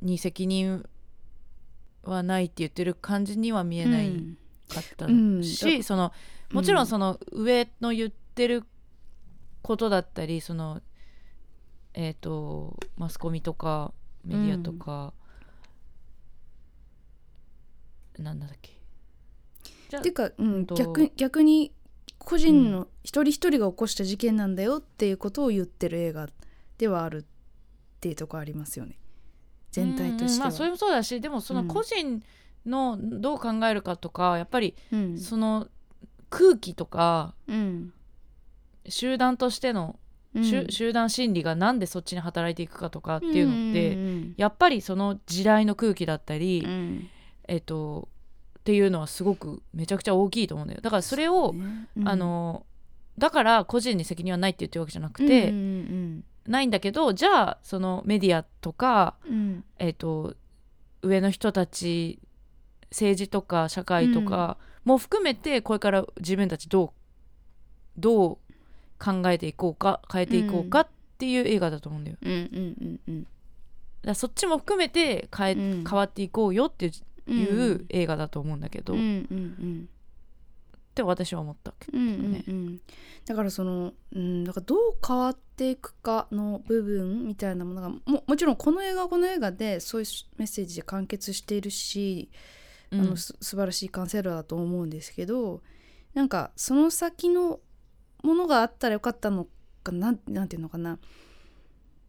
[SPEAKER 1] に責任はないって言ってる感じには見えない
[SPEAKER 2] うん
[SPEAKER 1] かった
[SPEAKER 2] うん
[SPEAKER 1] し、
[SPEAKER 2] だ
[SPEAKER 1] そのもちろ
[SPEAKER 2] うん
[SPEAKER 1] んその上の言ってることだったりそのえっ、とマスコミとかメディアとか、なんだっけじゃあ
[SPEAKER 2] ていうか、うん、
[SPEAKER 1] と
[SPEAKER 2] 逆に逆に個人の一人一人が起こした事件なんだよっていうことを言ってる映画ではあるっていうとこありますよね全体として
[SPEAKER 1] うんうんまあ、
[SPEAKER 2] は。
[SPEAKER 1] それもそうだしでもその個人のどう考えるかとか、やっぱり
[SPEAKER 2] うん
[SPEAKER 1] その空気とか
[SPEAKER 2] うん
[SPEAKER 1] 集団としての、
[SPEAKER 2] うん
[SPEAKER 1] 集集団心理がなんでそっちに働いていくかとかっていうのって、
[SPEAKER 2] うん
[SPEAKER 1] やっぱりその時代の空気だったり、
[SPEAKER 2] うん
[SPEAKER 1] えっとっていうのはすごくめちゃくちゃ大きいと思うんだよだからそれを、
[SPEAKER 2] ねうん
[SPEAKER 1] あのだから個人に責任はないって言ってるわけじゃなくて、
[SPEAKER 2] うんうん
[SPEAKER 1] ないんだけどじゃあそのメディアとか、
[SPEAKER 2] うんうん
[SPEAKER 1] えっと上の人たち政治とか社会とかも含めてこれから自分たちどうどう考えていこうか変えていこうかっていう映画だと思うんだよ。
[SPEAKER 2] うんうんうん
[SPEAKER 1] だからそっちも含めて変え、
[SPEAKER 2] う
[SPEAKER 1] 変
[SPEAKER 2] ん
[SPEAKER 1] わっていこうよっていう
[SPEAKER 2] うん
[SPEAKER 1] いう映画だと思うんだけど、
[SPEAKER 2] うんう
[SPEAKER 1] っ
[SPEAKER 2] んうん
[SPEAKER 1] て私は思ったけど
[SPEAKER 2] うんうんうん、だからその、うん、だからどう変わっていくかの部分みたいなものがももちろんこの映画はこの映画でそういうメッセージで完結しているし、
[SPEAKER 1] うん
[SPEAKER 2] あのす素晴らしい完成度だと思うんですけどなんかその先のものがあったらよかったのかななんていうのかな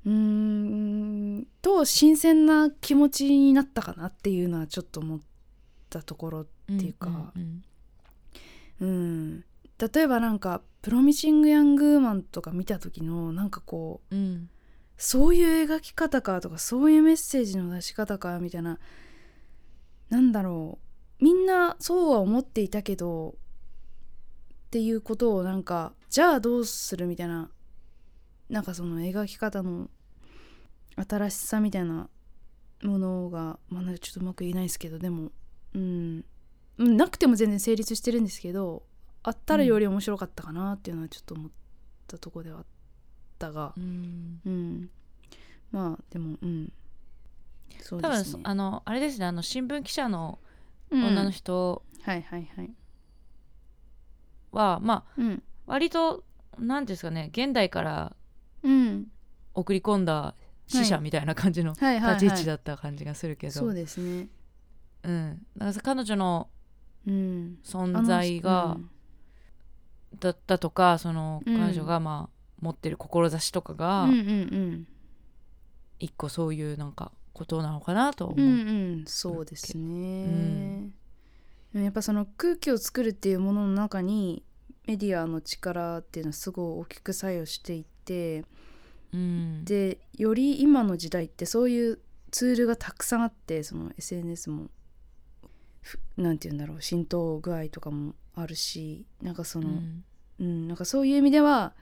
[SPEAKER 2] うーんと新鮮な気持ちになったかなっていうのはちょっと思ったところっていうか
[SPEAKER 1] んん
[SPEAKER 2] うん、例えばなんか「プロミシング・ヤング・ウーマン」とか見た時のなんかこう
[SPEAKER 1] うん
[SPEAKER 2] そういう描き方かとかそういうメッセージの出し方かみたいななんだろうみんなそうは思っていたけどっていうことをなんかじゃあどうするみたいななんかその描き方の新しさみたいなものがまあなんかちょっとうまく言えないですけどでもうんうんなくても全然成立してるんですけどあったらより面白かったかなっていうのはちょっと思ったとこではあったが。
[SPEAKER 1] うん
[SPEAKER 2] うんまあでもうんそう
[SPEAKER 1] 多
[SPEAKER 2] で
[SPEAKER 1] 分
[SPEAKER 2] すね
[SPEAKER 1] あのあれですねあの新聞記者の
[SPEAKER 2] うん
[SPEAKER 1] 女の人
[SPEAKER 2] はいはいはい
[SPEAKER 1] は、まあ
[SPEAKER 2] うん
[SPEAKER 1] 割と何ですかね現代から
[SPEAKER 2] うん
[SPEAKER 1] 送り込んだ死者
[SPEAKER 2] はい
[SPEAKER 1] みたいな感じの
[SPEAKER 2] はいはいはい
[SPEAKER 1] 立ち位置だった感じがするけど、
[SPEAKER 2] そうですね
[SPEAKER 1] うん、だから彼女の
[SPEAKER 2] うん
[SPEAKER 1] 存在
[SPEAKER 2] あ
[SPEAKER 1] が
[SPEAKER 2] の、
[SPEAKER 1] だったとかその
[SPEAKER 2] うん
[SPEAKER 1] 彼女がまあ持ってる志とか
[SPEAKER 2] う
[SPEAKER 1] が、
[SPEAKER 2] ん、うんうん
[SPEAKER 1] 一個そういうなんかことなのかなと
[SPEAKER 2] うんう
[SPEAKER 1] 思う、
[SPEAKER 2] んうんそうですね、でもやっぱその空気を作るっていうものの中にメディアの力っていうのはすごい大きく作用していて
[SPEAKER 1] うん
[SPEAKER 2] でより今の時代ってそういうツールがたくさんあってその SNS もふなんて言うんだろう浸透具合とかもあるしなんかその、うんなんかそういう意味では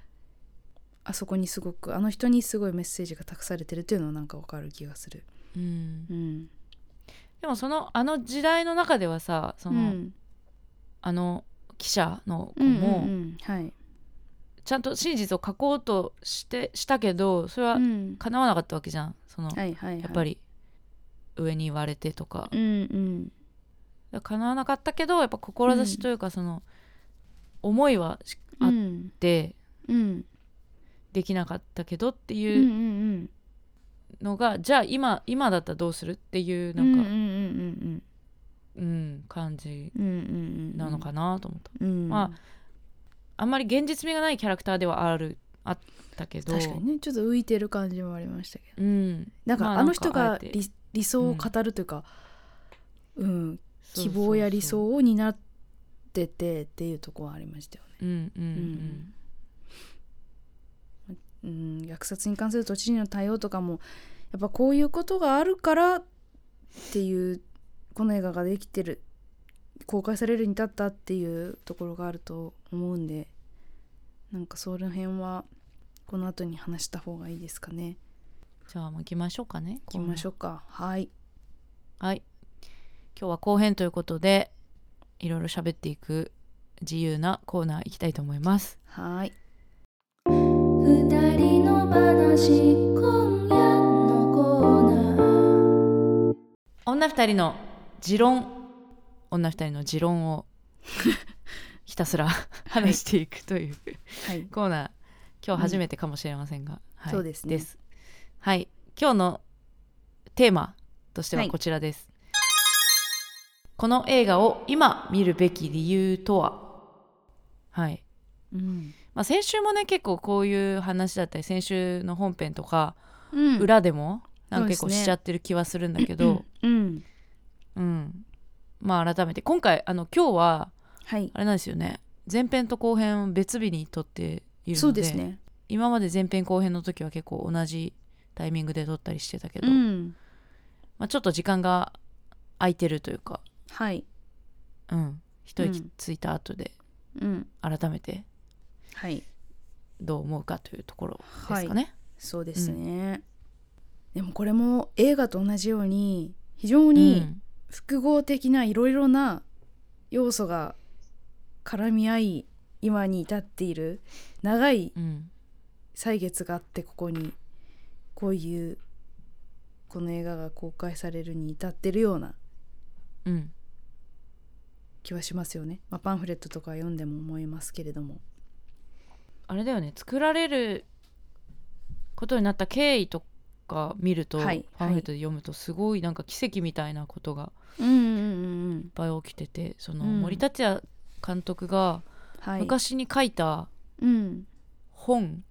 [SPEAKER 2] あそこにすごくあの人にすごいメッセージが託されてるっていうのはなんかわかる気がする。
[SPEAKER 1] うん
[SPEAKER 2] うん、
[SPEAKER 1] でもそのあの時代の中ではさその、
[SPEAKER 2] うん
[SPEAKER 1] あの記者の子
[SPEAKER 2] うん
[SPEAKER 1] も、
[SPEAKER 2] うんうんはい、
[SPEAKER 1] ちゃんと真実を書こうとしてしたけどそれは
[SPEAKER 2] うん
[SPEAKER 1] 叶わなかったわけじゃんその、
[SPEAKER 2] はいはいはい、
[SPEAKER 1] やっぱり上に言われてとか
[SPEAKER 2] う、んうん
[SPEAKER 1] だから叶わなかったけどやっぱ志というかその、思いはし
[SPEAKER 2] う
[SPEAKER 1] あ
[SPEAKER 2] ん
[SPEAKER 1] で
[SPEAKER 2] うん
[SPEAKER 1] できなかったけどって
[SPEAKER 2] うんう
[SPEAKER 1] いうんのが、じゃあ今今だったらどうするっていう
[SPEAKER 2] う
[SPEAKER 1] なん
[SPEAKER 2] うんんうん
[SPEAKER 1] か、
[SPEAKER 2] うん
[SPEAKER 1] うん感じ
[SPEAKER 2] うんうんうん
[SPEAKER 1] なのかなと思った、
[SPEAKER 2] うん
[SPEAKER 1] まあんまり現実味がないキャラクターではあるあったけど
[SPEAKER 2] 確かにねちょっと浮いてる感じもありましたけど
[SPEAKER 1] うん、
[SPEAKER 2] なんか、
[SPEAKER 1] ま
[SPEAKER 2] あ、
[SPEAKER 1] あ
[SPEAKER 2] の人
[SPEAKER 1] なんかあ
[SPEAKER 2] が
[SPEAKER 1] えて
[SPEAKER 2] 理理想を語るというか、うん
[SPEAKER 1] そうそ
[SPEAKER 2] 希
[SPEAKER 1] うそう
[SPEAKER 2] 望や理想を担っててっていうとこはありましたよね。
[SPEAKER 1] うんうん
[SPEAKER 2] うんうん、虐殺に関する都知事の対応とかもやっぱこういうことがあるからっていうこの映画ができてる公開されるに至ったっていうところがあると思うんでなんかその辺はこの後に話した方がいいですかね。
[SPEAKER 1] じゃあもう行きましょうかね
[SPEAKER 2] 行きましょうか。はい。
[SPEAKER 1] はい今日は後編ということでいろいろ喋っていく自由なコーナー行きたいと思います
[SPEAKER 2] はい。
[SPEAKER 3] 二人の話今夜のコーナー
[SPEAKER 1] 女二人の持論女二人の持論をひたす ら話していくという
[SPEAKER 2] はい。
[SPEAKER 1] コーナー今日初めてかもしれませんが、はい
[SPEAKER 2] そうですね
[SPEAKER 1] はい今日のテーマとしては
[SPEAKER 2] はい
[SPEAKER 1] こちらです、この映画を今見るべき理由とははい
[SPEAKER 2] うん。
[SPEAKER 1] まあ、先週もね結構こういう話だったり先週の本編とか
[SPEAKER 2] うん
[SPEAKER 1] 裏でもなんか結
[SPEAKER 2] そ
[SPEAKER 1] 構
[SPEAKER 2] うですね
[SPEAKER 1] しちゃってる気はするんだけど、
[SPEAKER 2] うん、
[SPEAKER 1] うん、まあ改めて今回あの今日は
[SPEAKER 2] はい
[SPEAKER 1] あれなんですよね前編と後編を別日に撮っているので
[SPEAKER 2] そうですね
[SPEAKER 1] 今まで前編後編の時は結構同じタイミングで撮ったりしてたけど、
[SPEAKER 2] うん
[SPEAKER 1] まあ、ちょっと時間が空いてるというか、
[SPEAKER 2] はい
[SPEAKER 1] うん、一
[SPEAKER 2] う
[SPEAKER 1] 息
[SPEAKER 2] ん
[SPEAKER 1] ついた後で
[SPEAKER 2] うん
[SPEAKER 1] 改めて
[SPEAKER 2] はい
[SPEAKER 1] どう思うかというところですかね。
[SPEAKER 2] そうですね、でもこれも映画と同じように非常に複合的ないろいろな要素が絡み合い今に至っている長い
[SPEAKER 1] うんうん
[SPEAKER 2] 歳月があってここにこういうこの映画が公開されるに至ってるような
[SPEAKER 1] うん
[SPEAKER 2] 気はしますよね、まあ、パンフレットとか読んでも思いますけれども
[SPEAKER 1] あれだよね作られることになった経緯とか見ると、
[SPEAKER 2] はい
[SPEAKER 1] パンフレットで読むとすごいなんか奇跡みたいなことが
[SPEAKER 2] うんうんうんうん
[SPEAKER 1] いっぱい起きててその
[SPEAKER 2] うん
[SPEAKER 1] 森達也監督が
[SPEAKER 2] はい
[SPEAKER 1] 昔に書いた
[SPEAKER 2] うん
[SPEAKER 1] 本、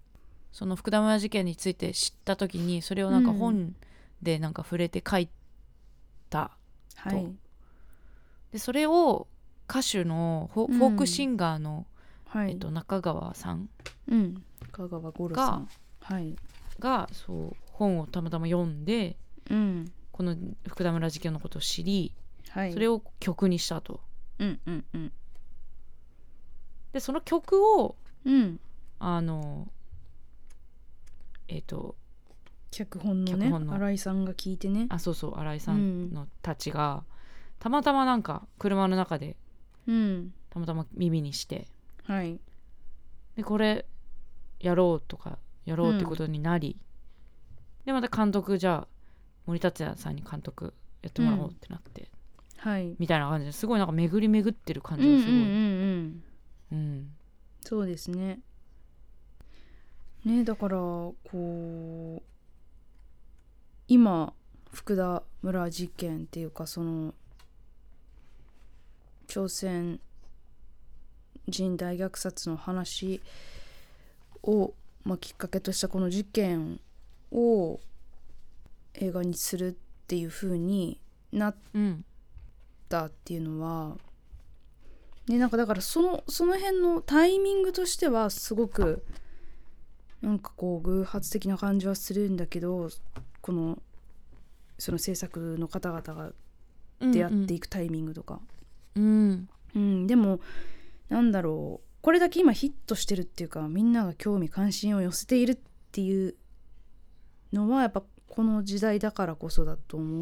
[SPEAKER 1] その福田村事件について知った時にそれをなんか
[SPEAKER 2] うん
[SPEAKER 1] 本でなんか触れて書いた、
[SPEAKER 2] はい
[SPEAKER 1] とでそれを歌手のフォフォークシンガーの
[SPEAKER 2] は
[SPEAKER 1] え
[SPEAKER 2] い、
[SPEAKER 1] っと、中川さん
[SPEAKER 2] うん、香川五郎さんはい
[SPEAKER 1] がそう本をたまたま読んで
[SPEAKER 2] うん
[SPEAKER 1] この福田村事件のことを知り
[SPEAKER 2] はい
[SPEAKER 1] それを曲にしたと。
[SPEAKER 2] うんうんうん
[SPEAKER 1] でその曲を
[SPEAKER 2] うん
[SPEAKER 1] あのえっ、と
[SPEAKER 2] 脚本のね
[SPEAKER 1] 脚本の
[SPEAKER 2] 新井さんが聞いてね
[SPEAKER 1] あそうそう新井さんのたちが、たまたまなんか車の中で
[SPEAKER 2] うん
[SPEAKER 1] たまたま耳にして
[SPEAKER 2] はい
[SPEAKER 1] でこれやろうとかやろうってことになり、でまた監督じゃあ森達也さんに監督やってもらおうってなって、
[SPEAKER 2] はい
[SPEAKER 1] みたいな感じですごいなんか巡り巡ってる感
[SPEAKER 2] うん
[SPEAKER 1] じ
[SPEAKER 2] うん
[SPEAKER 1] が
[SPEAKER 2] うん
[SPEAKER 1] すごい、
[SPEAKER 2] うん
[SPEAKER 1] うん
[SPEAKER 2] そうですねねだからこう今福田村事件っていうかその朝鮮人大虐殺の話を、まあ、きっかけとしたこの事件を映画にするっていう風になっ
[SPEAKER 1] うん
[SPEAKER 2] ったっていうのは、ね、なんかだからそのその辺のタイミングとしてはすごくなんかこう偶発的な感じはするんだけどこのその制作の方々が出会っていくタイミングと
[SPEAKER 1] う
[SPEAKER 2] か、
[SPEAKER 1] んうん
[SPEAKER 2] うんでもなんだろうこれだけ今ヒットしてるっていうかみんなが興味関心を寄せているっていうのはやっぱこの時代だからこそだと思う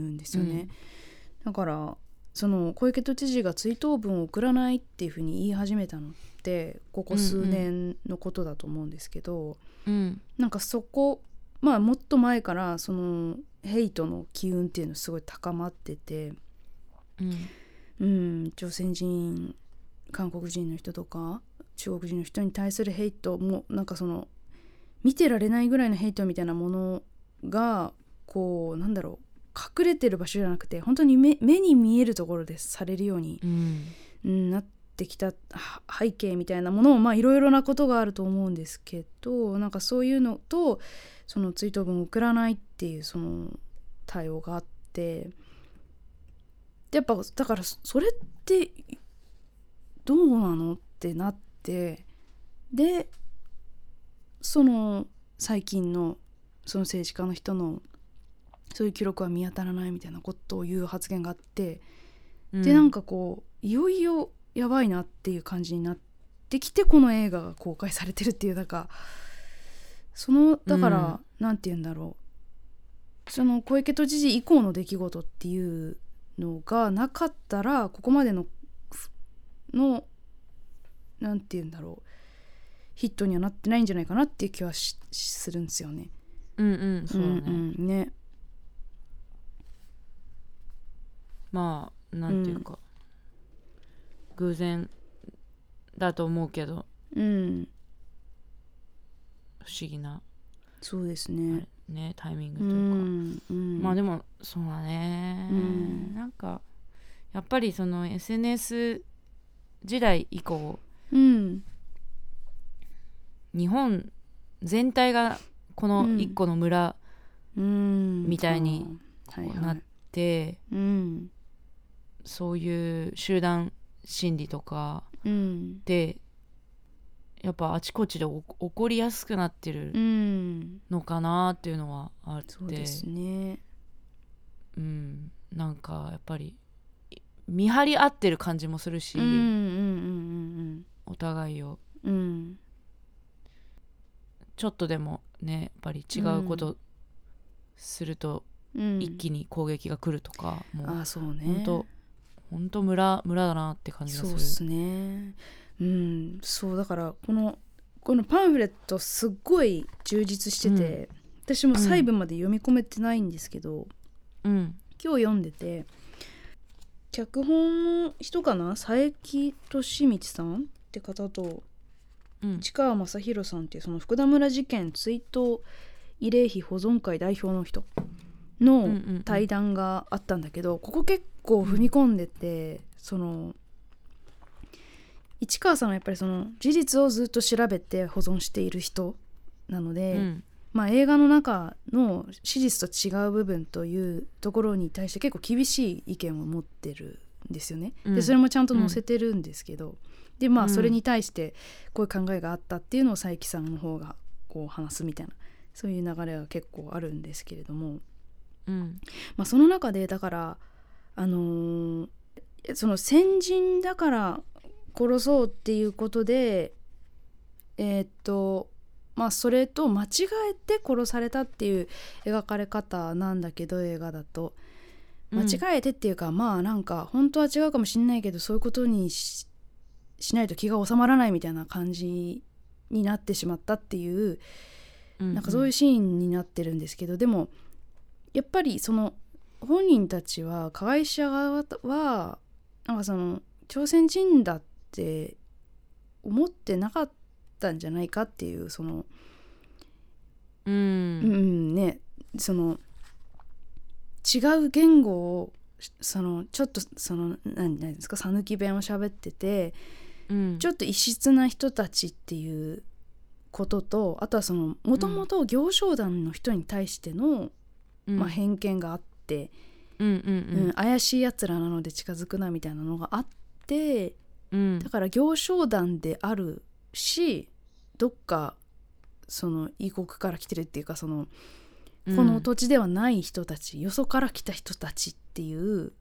[SPEAKER 2] んですよね。だからその小池都知事が追悼文を送らないっていうふうに言い始めたのってここ数年のことだと思うんですけど、
[SPEAKER 1] うん
[SPEAKER 2] なんかそこまあもっと前からそのヘイトの機運っていうのすごい高まってて。
[SPEAKER 1] うん
[SPEAKER 2] うん、朝鮮人韓国人の人とか中国人の人に対するヘイトもなんかその見てられないぐらいのヘイトみたいなものがこうなんだろう隠れてる場所じゃなくて本当に目目に見えるところでされるように、
[SPEAKER 1] うん
[SPEAKER 2] うん、なってきたは背景みたいなものをまあいろいろなことがあると思うんですけどなんかそういうのとその追悼文を送らないっていうその対応があってでやっぱだからそそれってどうなのってなってでその最近のその政治家の人のそういう記録は見当たらないみたいなことを言う発言があって。
[SPEAKER 1] うん
[SPEAKER 2] でなんかこういよいよやばいなっていう感じになってきてこの映画が公開されてるっていうだからそのだから何、なん、て言うんだろうその小池都知事以降の出来事っていうのがなかったらここまでのふの何て言うんだろうヒットにはなってないんじゃないかなっていう気はししするんですよね。
[SPEAKER 1] うんうんそうだね、
[SPEAKER 2] んうん、ね
[SPEAKER 1] まあなんていうか、偶然だと思うけど
[SPEAKER 2] うん
[SPEAKER 1] 不思議な
[SPEAKER 2] そうです
[SPEAKER 1] あ
[SPEAKER 2] ね
[SPEAKER 1] れ。ねタイミング
[SPEAKER 2] う
[SPEAKER 1] というか、
[SPEAKER 2] んうん、
[SPEAKER 1] まあでもそうだね、
[SPEAKER 2] うん
[SPEAKER 1] なんかやっぱりその SNS 時代以降
[SPEAKER 2] うん
[SPEAKER 1] 日本全体がこの
[SPEAKER 2] うん
[SPEAKER 1] 一個の村
[SPEAKER 2] み
[SPEAKER 1] みたいに、
[SPEAKER 2] はい
[SPEAKER 1] な
[SPEAKER 2] は
[SPEAKER 1] っ
[SPEAKER 2] い、
[SPEAKER 1] で
[SPEAKER 2] うん
[SPEAKER 1] そういう集団心理とか
[SPEAKER 2] うん
[SPEAKER 1] でやっぱあちこちでお起こりやすくなってる
[SPEAKER 2] うん
[SPEAKER 1] のかなっていうのはあって
[SPEAKER 2] そうですね
[SPEAKER 1] うん、なんかやっぱりい見張り合ってる感じもするし、
[SPEAKER 2] うんうんうん
[SPEAKER 1] お互いを
[SPEAKER 2] うんうんうん
[SPEAKER 1] ちょっとでもねやっぱり違うことすると
[SPEAKER 2] うん
[SPEAKER 1] 一気に攻撃が来るとか、もう
[SPEAKER 2] あそうね
[SPEAKER 1] 本当本当村村だなって感じが
[SPEAKER 2] そうですす
[SPEAKER 1] る。
[SPEAKER 2] ねうんそうだからこのこのパンフレットすっごい充実してて、私も細部まで読み込めてないんですけど、
[SPEAKER 1] うん
[SPEAKER 2] 今日読んでて脚本の人かな佐伯俊道さんって方と
[SPEAKER 1] うん
[SPEAKER 2] 市川正弘さんっていうその福田村事件追悼慰霊碑保存会代表の人
[SPEAKER 1] うん
[SPEAKER 2] の
[SPEAKER 1] うん
[SPEAKER 2] 対談があったんだけど、ここ結構踏み込んでて、その市川さんはやっぱりその事実をずっと調べて保存している人なので、
[SPEAKER 1] うん
[SPEAKER 2] まあ、映画の中の史実と違う部分というところに対して結構厳しい意見を持ってるですよね。
[SPEAKER 1] う
[SPEAKER 2] で
[SPEAKER 1] ん
[SPEAKER 2] それもちゃんと載せてるんですけど、でま
[SPEAKER 1] う
[SPEAKER 2] あ
[SPEAKER 1] ん
[SPEAKER 2] それに対してこういう考えがあったっていうのを佐伯さんの方がこう話すみたいなそういう流れは結構あるんですけれども、
[SPEAKER 1] うん
[SPEAKER 2] まあ、その中でだからあのーその先人だから殺そうっていうことでえーっとまあそれと間違えて殺されたっていう描かれ方なんだけど映画だと
[SPEAKER 1] うん
[SPEAKER 2] 間違えてっていうか、まあなんか本当は違うかもしんないけどそういうことにししないと気が収まらないみたいな感じになってしまったっていうなんかそういううシーンになってるんですけど、でもやっぱりその本人たちは加害者側はなんかその朝鮮人だって思ってなかったんじゃないかっていうその、
[SPEAKER 1] うん、
[SPEAKER 2] うんねその違う言語をそのちょっとその何何ですか讃岐弁を喋ってて
[SPEAKER 1] うん
[SPEAKER 2] ちょっと異質な人たちっていうこととあとはそのもともと行商団の人に対しての、
[SPEAKER 1] うん
[SPEAKER 2] まあ、偏見があって、
[SPEAKER 1] うんう
[SPEAKER 2] うん
[SPEAKER 1] ん
[SPEAKER 2] 怪しいやつらなので近づくなみたいなのがあって
[SPEAKER 1] うんうん
[SPEAKER 2] だから行商団であるしどっかその異国から来てるっていうかそのこの土地ではない人たち、よそから来た人たちっていう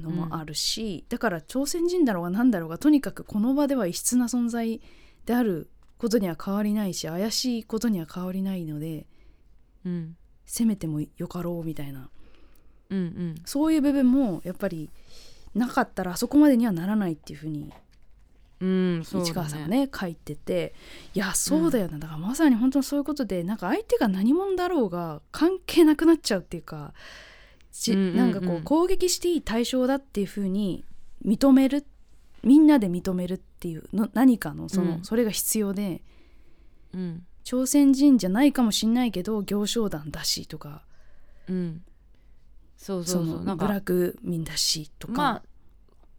[SPEAKER 2] のもあるし、だから朝鮮人だろうが何だろうがとにかくこの場では異質な存在であることには変わりないし怪しいことには変わりないので
[SPEAKER 1] うん
[SPEAKER 2] 攻めてもよかろうみたいな
[SPEAKER 1] うんうん
[SPEAKER 2] そういう部分もやっぱりなかったらあそこまでにはならないっていうふうに
[SPEAKER 1] うんそうだね
[SPEAKER 2] 市川さんがね書いてていやそうだよな、だからまさに本当にそういうことでなんか相手が何者だろうが関係なくなっちゃうっていうかじ
[SPEAKER 1] うんうんうん
[SPEAKER 2] なんかこう攻撃していい対象だっていうふうに認めるみんなで認めるっていうの何かのその、
[SPEAKER 1] うん
[SPEAKER 2] それが必要で
[SPEAKER 1] うん
[SPEAKER 2] 朝鮮人じゃないかもしんないけど行商団だしとか
[SPEAKER 1] うんそうそうそう
[SPEAKER 2] そ
[SPEAKER 1] な
[SPEAKER 2] の
[SPEAKER 1] ん
[SPEAKER 2] ブ
[SPEAKER 1] か
[SPEAKER 2] ラック民だしとか。
[SPEAKER 1] まあ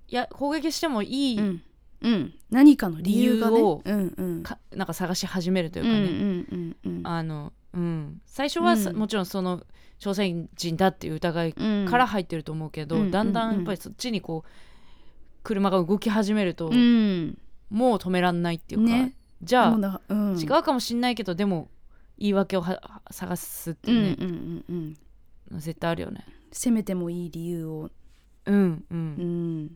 [SPEAKER 1] いや攻撃してもいい、
[SPEAKER 2] うんうん、何かの理由がね
[SPEAKER 1] 理由を
[SPEAKER 2] うんうん、
[SPEAKER 1] かなんか探し始めるというか
[SPEAKER 2] う
[SPEAKER 1] ね、
[SPEAKER 2] んうんうんうん、
[SPEAKER 1] あのうん最初はさ、
[SPEAKER 2] うん
[SPEAKER 1] もちろんその朝鮮人だっていう疑い
[SPEAKER 2] うん
[SPEAKER 1] から入ってると思うけど、
[SPEAKER 2] うん
[SPEAKER 1] だんだ
[SPEAKER 2] うん
[SPEAKER 1] んやっぱりそっちにこう車が動き始めると、
[SPEAKER 2] うん、
[SPEAKER 1] もう止めらんないっていうか、
[SPEAKER 2] ね
[SPEAKER 1] じゃあ
[SPEAKER 2] もうだうん、
[SPEAKER 1] 違うかもしんないけどでも言い訳をは探すって
[SPEAKER 2] うん
[SPEAKER 1] いううんね、
[SPEAKER 2] うんうん、
[SPEAKER 1] 絶対あるよね
[SPEAKER 2] 攻めてもいい理由を、
[SPEAKER 1] うんう
[SPEAKER 2] うんん、だか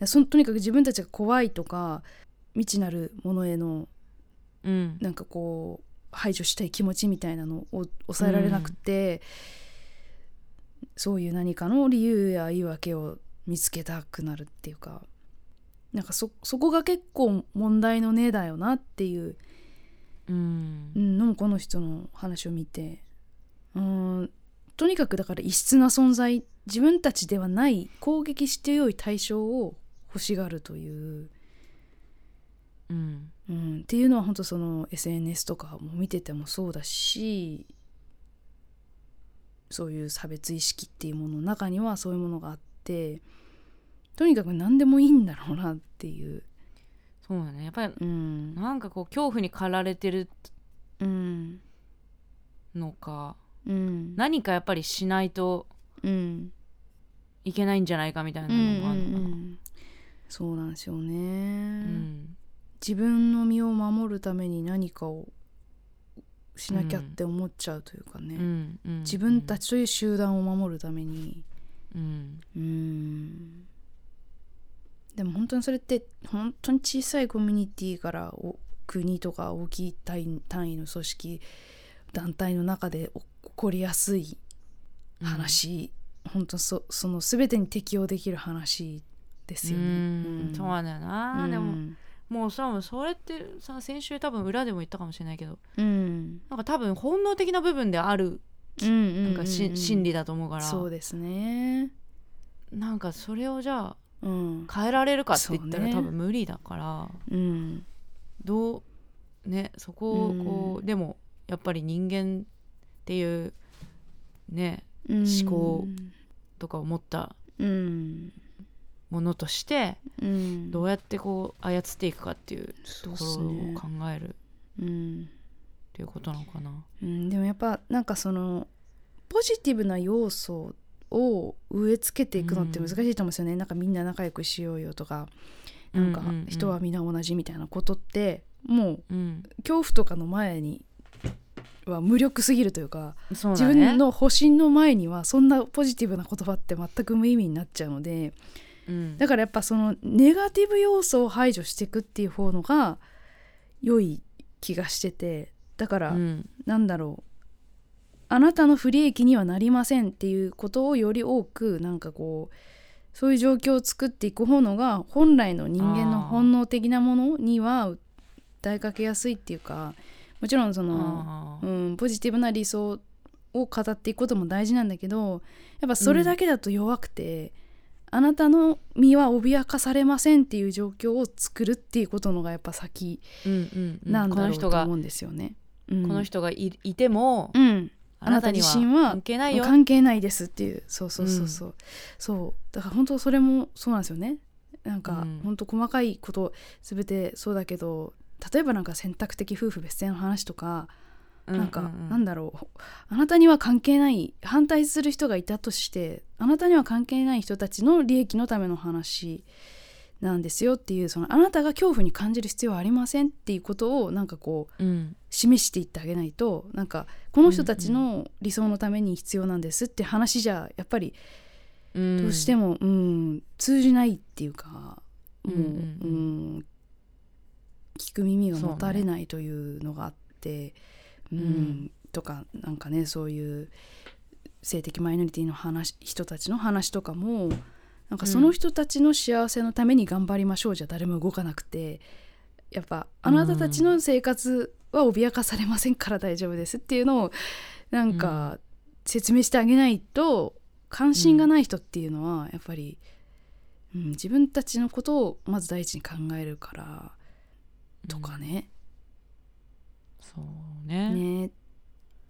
[SPEAKER 2] らそのとにかく自分たちが怖いとか未知なるものへの
[SPEAKER 1] うん
[SPEAKER 2] なんかこう排除したい気持ちみたいなのを抑えられなくて、そういう何かの理由や言い訳を見つけたくなるっていうかなんかそそこが結構問題のねだよなっていう
[SPEAKER 1] うん
[SPEAKER 2] うん、のもこの人の話を見てうーんとにかくだから異質な存在自分たちではない攻撃してよい対象を欲しがるという、
[SPEAKER 1] うん
[SPEAKER 2] うん、っていうのは本当その SNS とかも見ててもそうだしそういう差別意識っていうものの中にはそういうものがあってとにかく何でもいいんだろうなっていう。
[SPEAKER 1] そうだねやっぱり
[SPEAKER 2] うん
[SPEAKER 1] なんかこう恐怖に駆られてる
[SPEAKER 2] うん
[SPEAKER 1] のか
[SPEAKER 2] うん
[SPEAKER 1] 何かやっぱりしないと
[SPEAKER 2] うん
[SPEAKER 1] いけないんじゃないかみたいな
[SPEAKER 2] うん
[SPEAKER 1] のもあるのかな、
[SPEAKER 2] うんうんそうなんですよね、
[SPEAKER 1] うん
[SPEAKER 2] 自分の身を守るために何かをしなきゃって思っちゃうというかね、
[SPEAKER 1] うんうん、
[SPEAKER 2] 自分たちという集団を守るために
[SPEAKER 1] うん、
[SPEAKER 2] うんでも本当にそれって本当に小さいコミュニティからお国とか大きい単位単位の組織団体の中で起起こりやすい
[SPEAKER 1] うん
[SPEAKER 2] 話、本当そその全てに適用できる話ですよね。
[SPEAKER 1] うんそうなんだよな、で
[SPEAKER 2] う
[SPEAKER 1] も
[SPEAKER 2] ん
[SPEAKER 1] もう多分それってさ先週多分裏でも言ったかもしれないけど
[SPEAKER 2] うん
[SPEAKER 1] なんか多分本能的な部分である
[SPEAKER 2] な
[SPEAKER 1] なんかし、心理だと思うから
[SPEAKER 2] そうですね
[SPEAKER 1] なんかそれをじゃあ
[SPEAKER 2] うん、
[SPEAKER 1] 変えられるかって言ったら、
[SPEAKER 2] そうね
[SPEAKER 1] 多分無理だから
[SPEAKER 2] うん、
[SPEAKER 1] どうねそこをこう、
[SPEAKER 2] うん
[SPEAKER 1] でもやっぱり人間っていうね
[SPEAKER 2] 思
[SPEAKER 1] 思考とか思った
[SPEAKER 2] うん
[SPEAKER 1] ものとして
[SPEAKER 2] うん
[SPEAKER 1] どうやってこう操っていくかっていう
[SPEAKER 2] そ
[SPEAKER 1] と
[SPEAKER 2] うっ
[SPEAKER 1] こ
[SPEAKER 2] す
[SPEAKER 1] ろを
[SPEAKER 2] ね
[SPEAKER 1] 考えるっ
[SPEAKER 2] うん、
[SPEAKER 1] ていうことなのかな。
[SPEAKER 2] うん、でもやっぱなんかそのポジティブな要素を植え付けていくのって難しいと思うんですよね、なんかみんな仲良くしようよとかなんか
[SPEAKER 1] うんうんうん
[SPEAKER 2] 人は皆同じみたいなことってもう
[SPEAKER 1] うん、
[SPEAKER 2] 恐怖とかの前には無力すぎるというか
[SPEAKER 1] そう
[SPEAKER 2] 自
[SPEAKER 1] だね
[SPEAKER 2] 分、の保身の前にはそんなポジティブな言葉って全く無意味になっちゃうので
[SPEAKER 1] うん、
[SPEAKER 2] だからやっぱそのネガティブ要素を排除していくっていう方のが良い気がしててだから、
[SPEAKER 1] うん
[SPEAKER 2] なんだろうあなたの不利益にはなりませんっていうことをより多くなんかこうそういう状況を作っていく方のが本来の人間の
[SPEAKER 1] あー
[SPEAKER 2] 本能的なものには訴えかけやすいっていうかもちろんその、
[SPEAKER 1] あ
[SPEAKER 2] う
[SPEAKER 1] ー
[SPEAKER 2] ん、ポジティブな理想を語っていくことも大事なんだけどやっぱそれだけだと弱くて、あなたの身は脅かされませんっていう状況を作るっていうことのがやっぱ先
[SPEAKER 1] うんうんうん
[SPEAKER 2] なん
[SPEAKER 1] こ
[SPEAKER 2] だ
[SPEAKER 1] の
[SPEAKER 2] ろうと
[SPEAKER 1] 人が
[SPEAKER 2] 思
[SPEAKER 1] こ
[SPEAKER 2] うんですよね。こ
[SPEAKER 1] の人がいいても、
[SPEAKER 2] うん、
[SPEAKER 1] あなたには
[SPEAKER 2] あなた自身は
[SPEAKER 1] 関係ないよ
[SPEAKER 2] 関係ないですっていうそうそうそうそう、そうだから本当それもそうなんですよねなんか
[SPEAKER 1] うん
[SPEAKER 2] 本当細かいこと全てそうだけど例えばなんか選択的夫婦別姓の話とか、なんか、なん
[SPEAKER 1] だ
[SPEAKER 2] だろうあなたには関係ない反対する人がいたとしてあなたには関係ない人たちの利益のための話なんですよっていうそのあなたが恐怖に感じる必要はありませんっていうことをなんかこう
[SPEAKER 1] うん
[SPEAKER 2] 示していってあげないとなんかこの人たちの理想のために必要なんですって話じゃやっぱり
[SPEAKER 1] うん、
[SPEAKER 2] どうして
[SPEAKER 1] も
[SPEAKER 2] も、うん通じないっていうかもう、う
[SPEAKER 1] うん
[SPEAKER 2] ん
[SPEAKER 1] うんう
[SPEAKER 2] 聞く耳が持たれないというのがあってう、
[SPEAKER 1] ね
[SPEAKER 2] ん
[SPEAKER 1] うん
[SPEAKER 2] とかなんかねそういう性的マイノリティの話人たちの話とかもなんかその人たちの幸せのために頑張りましょうじゃ誰も動かなくてやっぱあなたたちの生活は脅かされませんから大丈夫ですっていうのをなんか説明してあげないと関心がない人っていうのはやっぱり、うん、自分たちのことをまず第一に考えるからとかね。
[SPEAKER 1] そうね
[SPEAKER 2] ね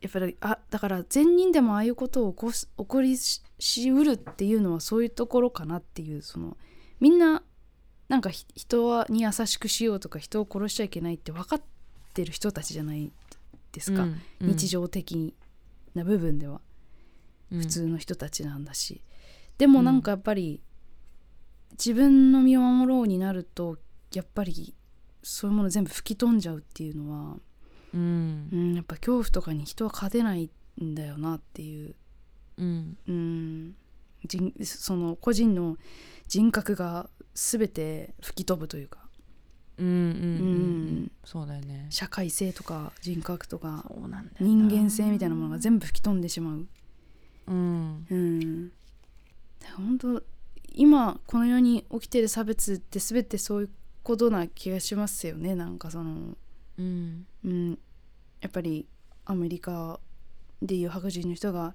[SPEAKER 2] やっぱりあだから善人でもああいうことを起こす起こりししうるっていうのはそういうところかなっていうそのみんななんかひ人はに優しくしようとか人を殺しちゃいけないって分かってる人たちじゃないですか、
[SPEAKER 1] うんうん
[SPEAKER 2] 日常的な部分では
[SPEAKER 1] うん
[SPEAKER 2] 普通の人たちなんだし、でもなんかやっぱり自分の身を守ろうになるとやっぱりそういうもの全部吹き飛んじゃうっていうのは
[SPEAKER 1] うん
[SPEAKER 2] うん、やっぱ恐怖とかに人は勝てないんだよなっていう、
[SPEAKER 1] うん
[SPEAKER 2] うん、人その個人の人格が全て吹き飛ぶというか、
[SPEAKER 1] うんうんうんうん
[SPEAKER 2] うん
[SPEAKER 1] そうだよね
[SPEAKER 2] 社会性とか人格とか
[SPEAKER 1] そうなんだよ
[SPEAKER 2] 人間性みたいなものが全部吹き飛んでしまう。
[SPEAKER 1] うん
[SPEAKER 2] うん、だから本当今この世に起きてる差別って全てそういうことな気がしますよねなんかその、
[SPEAKER 1] うん
[SPEAKER 2] うん、やっぱりアメリカでいう白人の人が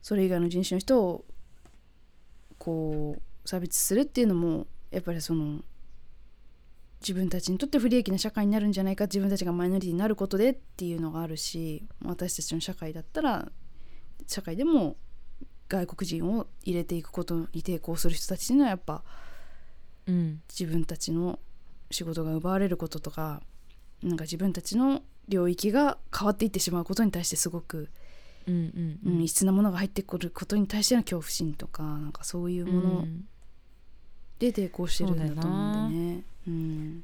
[SPEAKER 2] それ以外の人種の人をこう差別するっていうのもやっぱりその自分たちにとって不利益な社会になるんじゃないか自分たちがマイノリティになることでっていうのがあるし私たちの社会だったら社会でも外国人を入れていくことに抵抗する人たちっていうのはやっぱ
[SPEAKER 1] うん
[SPEAKER 2] 自分たちの仕事が奪われることとかなんか自分たちの領域が変わっていってしまうことに対してすごく、
[SPEAKER 1] うんうん
[SPEAKER 2] うん、異質なものが入ってくることに対しての恐怖心とかなんかそういうもの
[SPEAKER 1] うん
[SPEAKER 2] で抵抗してるんだと思うんでね。うん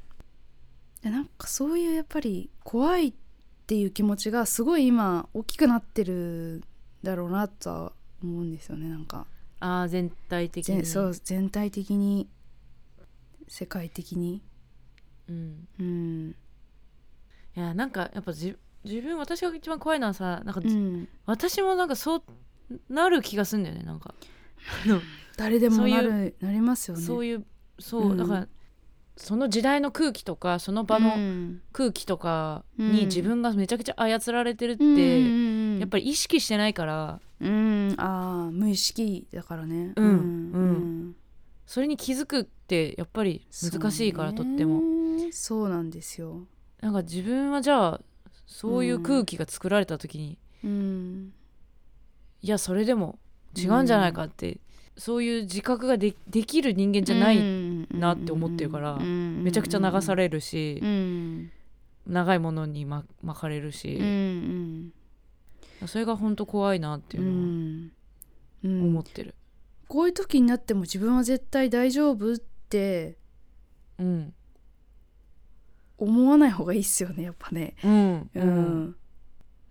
[SPEAKER 2] でなんかそういうやっぱり怖いっていう気持ちがすごい今大きくなってるだろうなとは思うんですよねなんか
[SPEAKER 1] ああ全体的
[SPEAKER 2] ぜ
[SPEAKER 1] に
[SPEAKER 2] んそう全体的に世界的に。
[SPEAKER 1] うん
[SPEAKER 2] うん
[SPEAKER 1] いやなんかやっぱじ自分私が一番怖いのはさなんか、
[SPEAKER 2] うん
[SPEAKER 1] 私もなんかそうなる気がすんだよねなんかあの
[SPEAKER 2] 誰でも
[SPEAKER 1] そういう
[SPEAKER 2] なるなりますよね。
[SPEAKER 1] そう
[SPEAKER 2] いう
[SPEAKER 1] いうそう、
[SPEAKER 2] うん
[SPEAKER 1] だからその時代の空気とかその場
[SPEAKER 2] う
[SPEAKER 1] の
[SPEAKER 2] ん
[SPEAKER 1] 空気とか
[SPEAKER 2] うん
[SPEAKER 1] に自分がめちゃくちゃ操られてるって、やっぱり意識してないから
[SPEAKER 2] り、うん、ああ無意識だからね。
[SPEAKER 1] うん
[SPEAKER 2] うん
[SPEAKER 1] それに気づくってやっぱり難しいから、とっても
[SPEAKER 2] も。そうなんですよ。
[SPEAKER 1] なんか自分はじゃあそういう空気が作られた時に、
[SPEAKER 2] うん、
[SPEAKER 1] いやそれでも違うんじゃないかって、そういう自覚がでできる人間じゃない、なって思ってるからめ
[SPEAKER 2] め
[SPEAKER 1] ちゃくちゃ流さ
[SPEAKER 2] れ
[SPEAKER 1] れるし、
[SPEAKER 2] うん
[SPEAKER 1] 長いものにま巻かれる
[SPEAKER 2] うんう
[SPEAKER 1] し、
[SPEAKER 2] ん
[SPEAKER 1] それが本当怖いなっていううのは、
[SPEAKER 2] んうん
[SPEAKER 1] 思ってる
[SPEAKER 2] こういう時になっても自分は絶対大丈夫って
[SPEAKER 1] うん
[SPEAKER 2] 思わない方がいいっすよねやっぱね。
[SPEAKER 1] うん、
[SPEAKER 2] う、
[SPEAKER 1] うんん、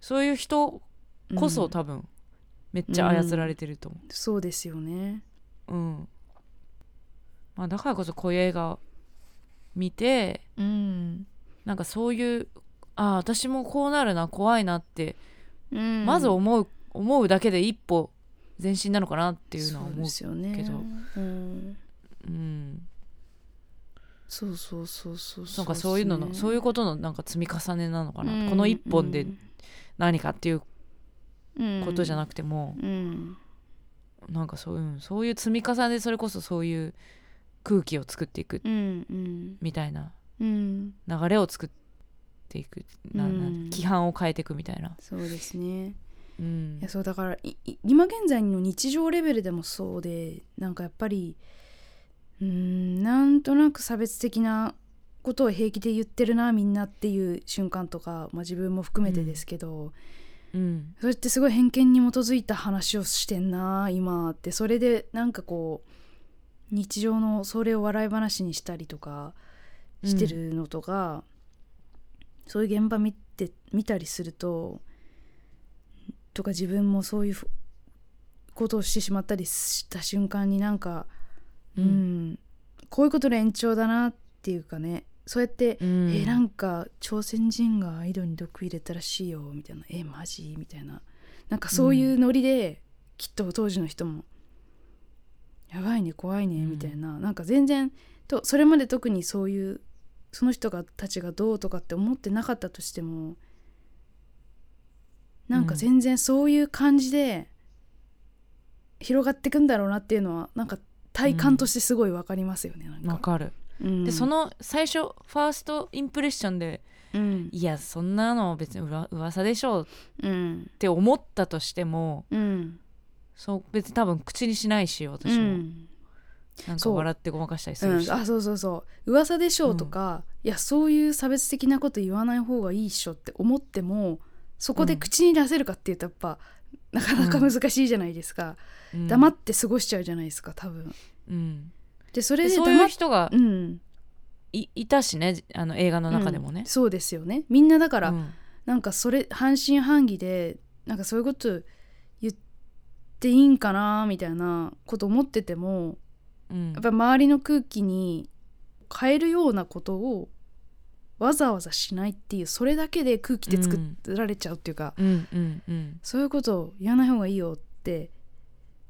[SPEAKER 1] そういう人こそ、
[SPEAKER 2] うん
[SPEAKER 1] 多分めっちゃ操られてると思
[SPEAKER 2] そうですよね。
[SPEAKER 1] ううん、まあ、だからこそこういう映画見て
[SPEAKER 2] うん、
[SPEAKER 1] なんかそういうああ私もこうなるな怖いなって、
[SPEAKER 2] うん、
[SPEAKER 1] まず思う思うだけで一歩前進なのかなっていうのは
[SPEAKER 2] そう
[SPEAKER 1] 思う
[SPEAKER 2] ですよね
[SPEAKER 1] けど
[SPEAKER 2] うん、
[SPEAKER 1] うん、
[SPEAKER 2] そうそうそうそう
[SPEAKER 1] なんかそういうののそう,、いううことのなんか積み重ねなのかな、
[SPEAKER 2] うん
[SPEAKER 1] この一本で何かっていうこ
[SPEAKER 2] こと
[SPEAKER 1] じゃ
[SPEAKER 2] く
[SPEAKER 1] なくても、
[SPEAKER 2] うん
[SPEAKER 1] なんかそう,、うん、そういう積み重ねでそれこそそういう空気を作っていく
[SPEAKER 2] うんうん
[SPEAKER 1] みたいな
[SPEAKER 2] うん
[SPEAKER 1] 流れを作っていくなな
[SPEAKER 2] うん
[SPEAKER 1] 規範を変えていくみたいな、
[SPEAKER 2] そうですね
[SPEAKER 1] うん
[SPEAKER 2] いやそうだからいい今現在の日常レベルでもそうでなんかやっぱりうーんなんとなく差別的なことを平気で言ってるなみんなっていう瞬間とか、まあ、自分も含めてですけど、
[SPEAKER 1] うん
[SPEAKER 2] それってすごい偏見に基づいた話をしてんな今ってそれでなんかこう日常のそれを笑い話にしたりとかしてるのとか、そういう現場見て見たりするととか自分もそういうふことをしてしまったりした瞬間になんか、
[SPEAKER 1] う
[SPEAKER 2] うんんこういうことの延長だなっていうかねそうやって、
[SPEAKER 1] うん
[SPEAKER 2] えなんか朝鮮人がアイドルに毒入れたらしいよみたいなえマジみたいななんかそういうノリで、きっと当時の人もやばいね怖いね
[SPEAKER 1] うん
[SPEAKER 2] みたいな、なんか全然とそれまで特にそういうその人がたちがどうとかって思ってなかったとしてもなんか
[SPEAKER 1] うん
[SPEAKER 2] 全然そういう感じで広がってくんだろうなっていうのはなんか体感としてすごいわかりますよね、な
[SPEAKER 1] わ
[SPEAKER 2] んか。
[SPEAKER 1] かる、
[SPEAKER 2] うん
[SPEAKER 1] でそ、の最初ファーストインプレッションで
[SPEAKER 2] うん
[SPEAKER 1] いやそんなの別にうわ噂でしょう
[SPEAKER 2] うん
[SPEAKER 1] って思ったとしても
[SPEAKER 2] うん
[SPEAKER 1] そう別に多分口にしないし私も、
[SPEAKER 2] うん
[SPEAKER 1] なんか
[SPEAKER 2] そう
[SPEAKER 1] 笑ってごまかしたりす
[SPEAKER 2] う
[SPEAKER 1] る
[SPEAKER 2] ん
[SPEAKER 1] し、、
[SPEAKER 2] あそうそうそう噂でしょうとか、いやそういう差別的なこと言わない方がいいっしょって思ってもそこで口に出せるかっていうとやっぱなかなか難しいじゃないですか、
[SPEAKER 1] うん
[SPEAKER 2] 黙って過ごしちゃうじゃないですか多分
[SPEAKER 1] うん
[SPEAKER 2] でそれ
[SPEAKER 1] で
[SPEAKER 2] で
[SPEAKER 1] そうい
[SPEAKER 2] 黙
[SPEAKER 1] う
[SPEAKER 2] っ
[SPEAKER 1] 人が
[SPEAKER 2] うん
[SPEAKER 1] いいたしねあの映画の中でもね
[SPEAKER 2] うん、そうですよねみんなだか
[SPEAKER 1] う
[SPEAKER 2] ら、
[SPEAKER 1] ん
[SPEAKER 2] なんかそれ半信半疑でなんかそういうこと言っていいんかなみたいなこと思ってても
[SPEAKER 1] うん
[SPEAKER 2] やっぱ周りの空気に変えるようなことをわざわざしないっていうそれだけで空気で作られちゃうっていうか、
[SPEAKER 1] うんうんうん
[SPEAKER 2] そういうことを言わない方がいいよって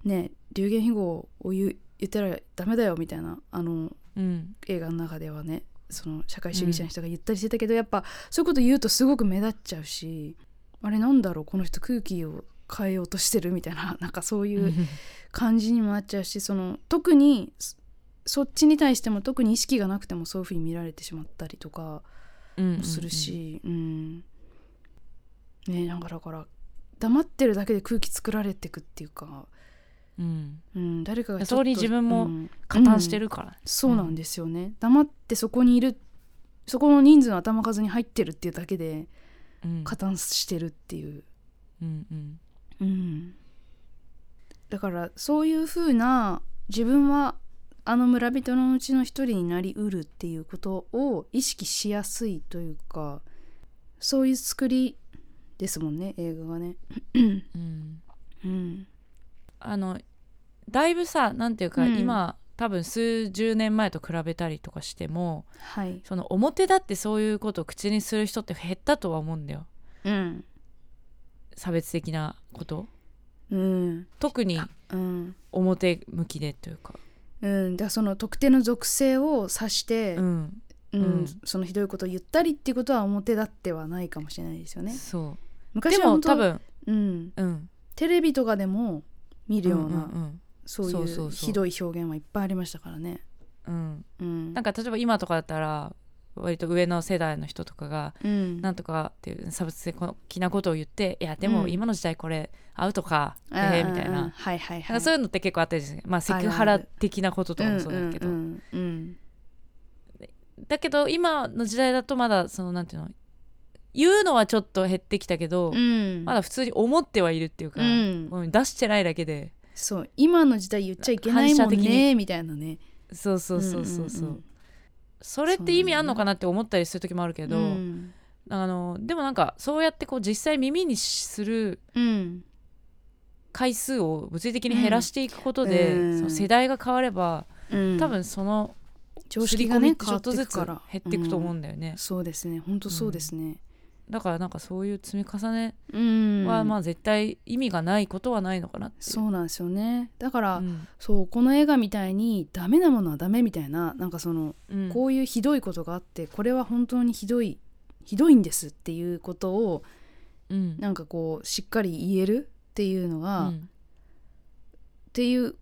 [SPEAKER 2] ね流言飛語を言う言ったらダメだよみたいなあの
[SPEAKER 1] うん
[SPEAKER 2] 映画の中ではねその社会主義者の人が言ったりしてたけど、やっぱそういうこと言うとすごく目立っちゃうしあれなんだろうこの人空気を変えようとしてるみたいななんかそういううん感じにもなっちゃうしその特にそそっちに対しても特に意識がなくてもそういうふうに見られてしまったりとか
[SPEAKER 1] うんうん
[SPEAKER 2] もするし、うんねなんかだから黙ってるだけで空気作られてくっていうか、
[SPEAKER 1] うん
[SPEAKER 2] うん、誰かがちょっと
[SPEAKER 1] そこに自分も
[SPEAKER 2] うん
[SPEAKER 1] 加担してるから、
[SPEAKER 2] そうなんですよね黙ってそこにいるそこの人数の頭数に入ってるっていうだけで
[SPEAKER 1] うん
[SPEAKER 2] 加担してるっていう
[SPEAKER 1] うんうん
[SPEAKER 2] うん、だからそういうふうな自分はあの村人のうちの一人になりうるっていうことを意識しやすいというかそういう作りですもんね映画がね。
[SPEAKER 1] うん
[SPEAKER 2] うん、
[SPEAKER 1] あのだいぶさなんていうか、
[SPEAKER 2] うん
[SPEAKER 1] 今多分数十年前と比べたりとかしても
[SPEAKER 2] はい、
[SPEAKER 1] その表立ってそういうことを口にする人って減ったとは思うんだよ
[SPEAKER 2] うん
[SPEAKER 1] 差別的なこと
[SPEAKER 2] うん
[SPEAKER 1] 特に
[SPEAKER 2] うん
[SPEAKER 1] 表向きでというか、
[SPEAKER 2] うん、だからその特定の属性を指して、
[SPEAKER 1] うん、
[SPEAKER 2] うん
[SPEAKER 1] うん
[SPEAKER 2] そのひどいことを言ったりっていうことは表立ってはないかもしれないですよね。
[SPEAKER 1] そ
[SPEAKER 2] 昔
[SPEAKER 1] うで
[SPEAKER 2] は
[SPEAKER 1] も
[SPEAKER 2] 本当
[SPEAKER 1] 多、分、
[SPEAKER 2] うん、
[SPEAKER 1] うん、
[SPEAKER 2] テレビとかでも見るような、
[SPEAKER 1] んん
[SPEAKER 2] そう
[SPEAKER 1] そう
[SPEAKER 2] い
[SPEAKER 1] そううそう
[SPEAKER 2] ひどい表現はいっぱいありましたからね。
[SPEAKER 1] うんうん
[SPEAKER 2] うん、
[SPEAKER 1] なんか例えば今とかだったら割と上の世代の人とかが
[SPEAKER 2] うん、
[SPEAKER 1] なんとかっていう差別的なことを言っていやでも
[SPEAKER 2] うん
[SPEAKER 1] 今の時代これアウトか、
[SPEAKER 2] うん
[SPEAKER 1] え
[SPEAKER 2] う
[SPEAKER 1] ー
[SPEAKER 2] ん
[SPEAKER 1] みたいな
[SPEAKER 2] うんはいはい
[SPEAKER 1] なん
[SPEAKER 2] は
[SPEAKER 1] か
[SPEAKER 2] い。
[SPEAKER 1] そう
[SPEAKER 2] う
[SPEAKER 1] いうのって結構あったりするまあセ
[SPEAKER 2] あるあ
[SPEAKER 1] ク
[SPEAKER 2] る
[SPEAKER 1] ハラ的なこととかもそうだけど、
[SPEAKER 2] んうんうん
[SPEAKER 1] だけど今の時代だとまだそのなんていうの言うのはちょっと減ってきたけど、
[SPEAKER 2] うん、
[SPEAKER 1] まだ普通に思ってはいるっていうか、
[SPEAKER 2] うん
[SPEAKER 1] うん出してないだけで
[SPEAKER 2] そう今の時代言っちゃいけない
[SPEAKER 1] 反
[SPEAKER 2] も
[SPEAKER 1] 射
[SPEAKER 2] ん
[SPEAKER 1] 的
[SPEAKER 2] ね
[SPEAKER 1] に
[SPEAKER 2] みたいなね
[SPEAKER 1] そうそうそうそうそう,、
[SPEAKER 2] んんん
[SPEAKER 1] それって意味あんのかなって思ったりする時もあるけど、
[SPEAKER 2] うん
[SPEAKER 1] あのでもなんかそうやってこう実際耳にする
[SPEAKER 2] うん
[SPEAKER 1] 回数を物理的に減らしていくことで、
[SPEAKER 2] うん
[SPEAKER 1] その世代が変われば、
[SPEAKER 2] うん
[SPEAKER 1] 多分その
[SPEAKER 2] 常
[SPEAKER 1] 刷り
[SPEAKER 2] 識
[SPEAKER 1] 込
[SPEAKER 2] が
[SPEAKER 1] み
[SPEAKER 2] ね
[SPEAKER 1] ってちょ
[SPEAKER 2] 変わ
[SPEAKER 1] っ
[SPEAKER 2] って
[SPEAKER 1] とず
[SPEAKER 2] く
[SPEAKER 1] つ減
[SPEAKER 2] から
[SPEAKER 1] っていくと思う
[SPEAKER 2] うん
[SPEAKER 1] んだよね、
[SPEAKER 2] そうですね本当そうですね
[SPEAKER 1] だからなんかそういう積み重ね
[SPEAKER 2] うん
[SPEAKER 1] はまあ絶対意味がないことはないのかなっていう
[SPEAKER 2] そうなんですよねだから、
[SPEAKER 1] うん
[SPEAKER 2] そうこの映画みたいにダメなものはダメみたいななんかその、
[SPEAKER 1] うん
[SPEAKER 2] こういうひどいことがあってこれは本当にひどいひどいんですっていうことを
[SPEAKER 1] うん
[SPEAKER 2] なんかこうしっかり言えるっていうのが、
[SPEAKER 1] う
[SPEAKER 2] っ
[SPEAKER 1] ん
[SPEAKER 2] ていう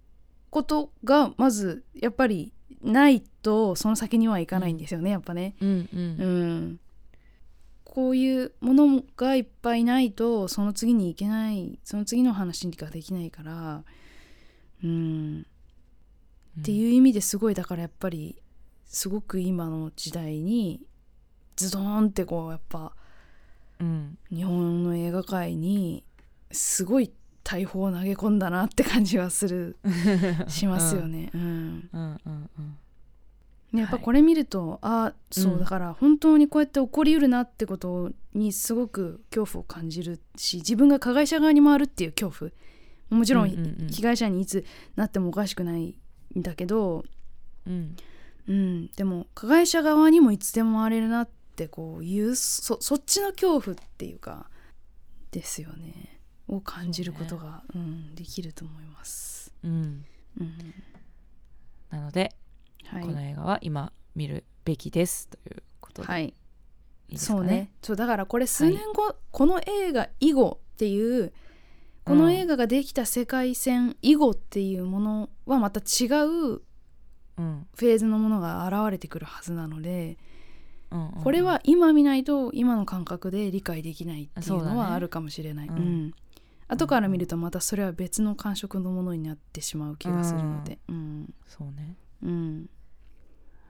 [SPEAKER 2] ことがまずやっぱりないとその先にはいかないんですよね、やっぱね。
[SPEAKER 1] うんう
[SPEAKER 2] うんんこういうものがいっぱいないとその次に行けないその次の話ができないからうんっていう意味ですごいだからやっぱりすごく今の時代にズドーンってこうやっぱ
[SPEAKER 1] うん
[SPEAKER 2] 日本の映画界にすごい大砲を投げ込んだなって感じはするしますよね。うん
[SPEAKER 1] うんうんうん
[SPEAKER 2] やっぱこれ見ると、あそううんだから本当にこうやって起こりうるなってことにすごく恐怖を感じるし自分が加害者側に回るっていう恐怖もちろ
[SPEAKER 1] うんうんんうん
[SPEAKER 2] 被害者にいつなってもおかしくないんだけど、
[SPEAKER 1] うん
[SPEAKER 2] うん、でも加害者側にもいつでも回れるなってこういうそそっちの恐怖っていうかですよねを感じることがう、ん、できると思います。
[SPEAKER 1] うん
[SPEAKER 2] うん
[SPEAKER 1] なので、
[SPEAKER 2] は
[SPEAKER 1] この
[SPEAKER 2] い
[SPEAKER 1] 映画は今見るべきですということで、、
[SPEAKER 2] はいい
[SPEAKER 1] いですか
[SPEAKER 2] そうねそうだからこれ数年後、この映画以後っていうこ
[SPEAKER 1] う
[SPEAKER 2] の
[SPEAKER 1] ん
[SPEAKER 2] 映画ができた世界線以後っていうものはまた違う
[SPEAKER 1] うん
[SPEAKER 2] フェーズのものが現れてくるはずなので、
[SPEAKER 1] うんうんうん
[SPEAKER 2] これは今見ないと今の感覚で理解できないっていう
[SPEAKER 1] そうだ
[SPEAKER 2] の
[SPEAKER 1] ね
[SPEAKER 2] はあるかもしれない、
[SPEAKER 1] うん
[SPEAKER 2] うん後から見るとまたそれは別の感触のものになってしまう気がするのでうん、
[SPEAKER 1] そうね
[SPEAKER 2] うん、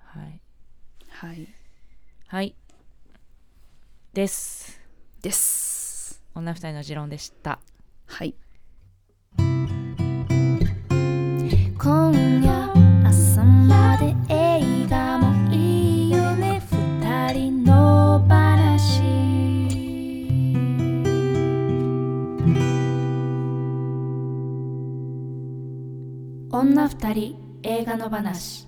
[SPEAKER 1] はい
[SPEAKER 2] はい
[SPEAKER 1] はいです
[SPEAKER 2] です
[SPEAKER 1] 女二人の持論でした
[SPEAKER 2] はい
[SPEAKER 3] 今夜朝まで映画もいいよね二人の話女二人映画の話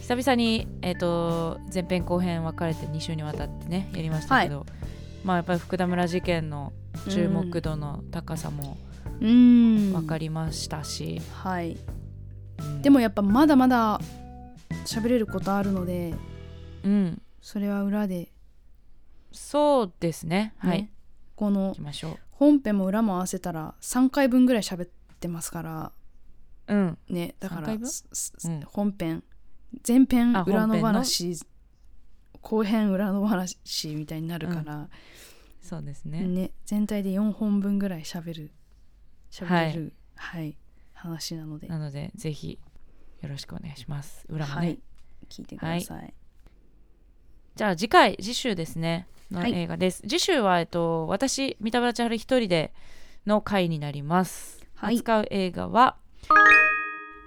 [SPEAKER 1] 久々に、えー、と前編後編分かれて2週にわたってねやりましたけど、まあやっぱり福田村事件の注目度の高さも
[SPEAKER 2] うん
[SPEAKER 1] 分かりましたし、
[SPEAKER 2] はい
[SPEAKER 1] うん
[SPEAKER 2] でもやっぱまだまだ喋れることあるので
[SPEAKER 1] うん
[SPEAKER 2] それは裏で、
[SPEAKER 1] そうですね
[SPEAKER 2] ね
[SPEAKER 1] はい
[SPEAKER 2] この
[SPEAKER 1] 行きましょ
[SPEAKER 2] 本編も裏も合わせたら3回分ぐらい喋ってますから
[SPEAKER 1] ううん
[SPEAKER 2] ねだか
[SPEAKER 1] 三
[SPEAKER 2] ら
[SPEAKER 1] 回分
[SPEAKER 2] すす
[SPEAKER 1] うん
[SPEAKER 2] 本編前編
[SPEAKER 1] あ
[SPEAKER 2] 裏の
[SPEAKER 1] 本編の
[SPEAKER 2] 話後編裏の話みたいになるから、
[SPEAKER 1] そうですね
[SPEAKER 2] ね全体で4本分ぐらいしゃべるしゃべれる、はい話なので、
[SPEAKER 1] なのでぜひよろしくお願いします裏もね、
[SPEAKER 2] はい聞いてください、
[SPEAKER 1] じゃあ次回次週ですねの
[SPEAKER 2] はい
[SPEAKER 1] 映画です、次週は、えっと、私三田村千春一人での回になります、
[SPEAKER 2] はい
[SPEAKER 1] 扱う映画は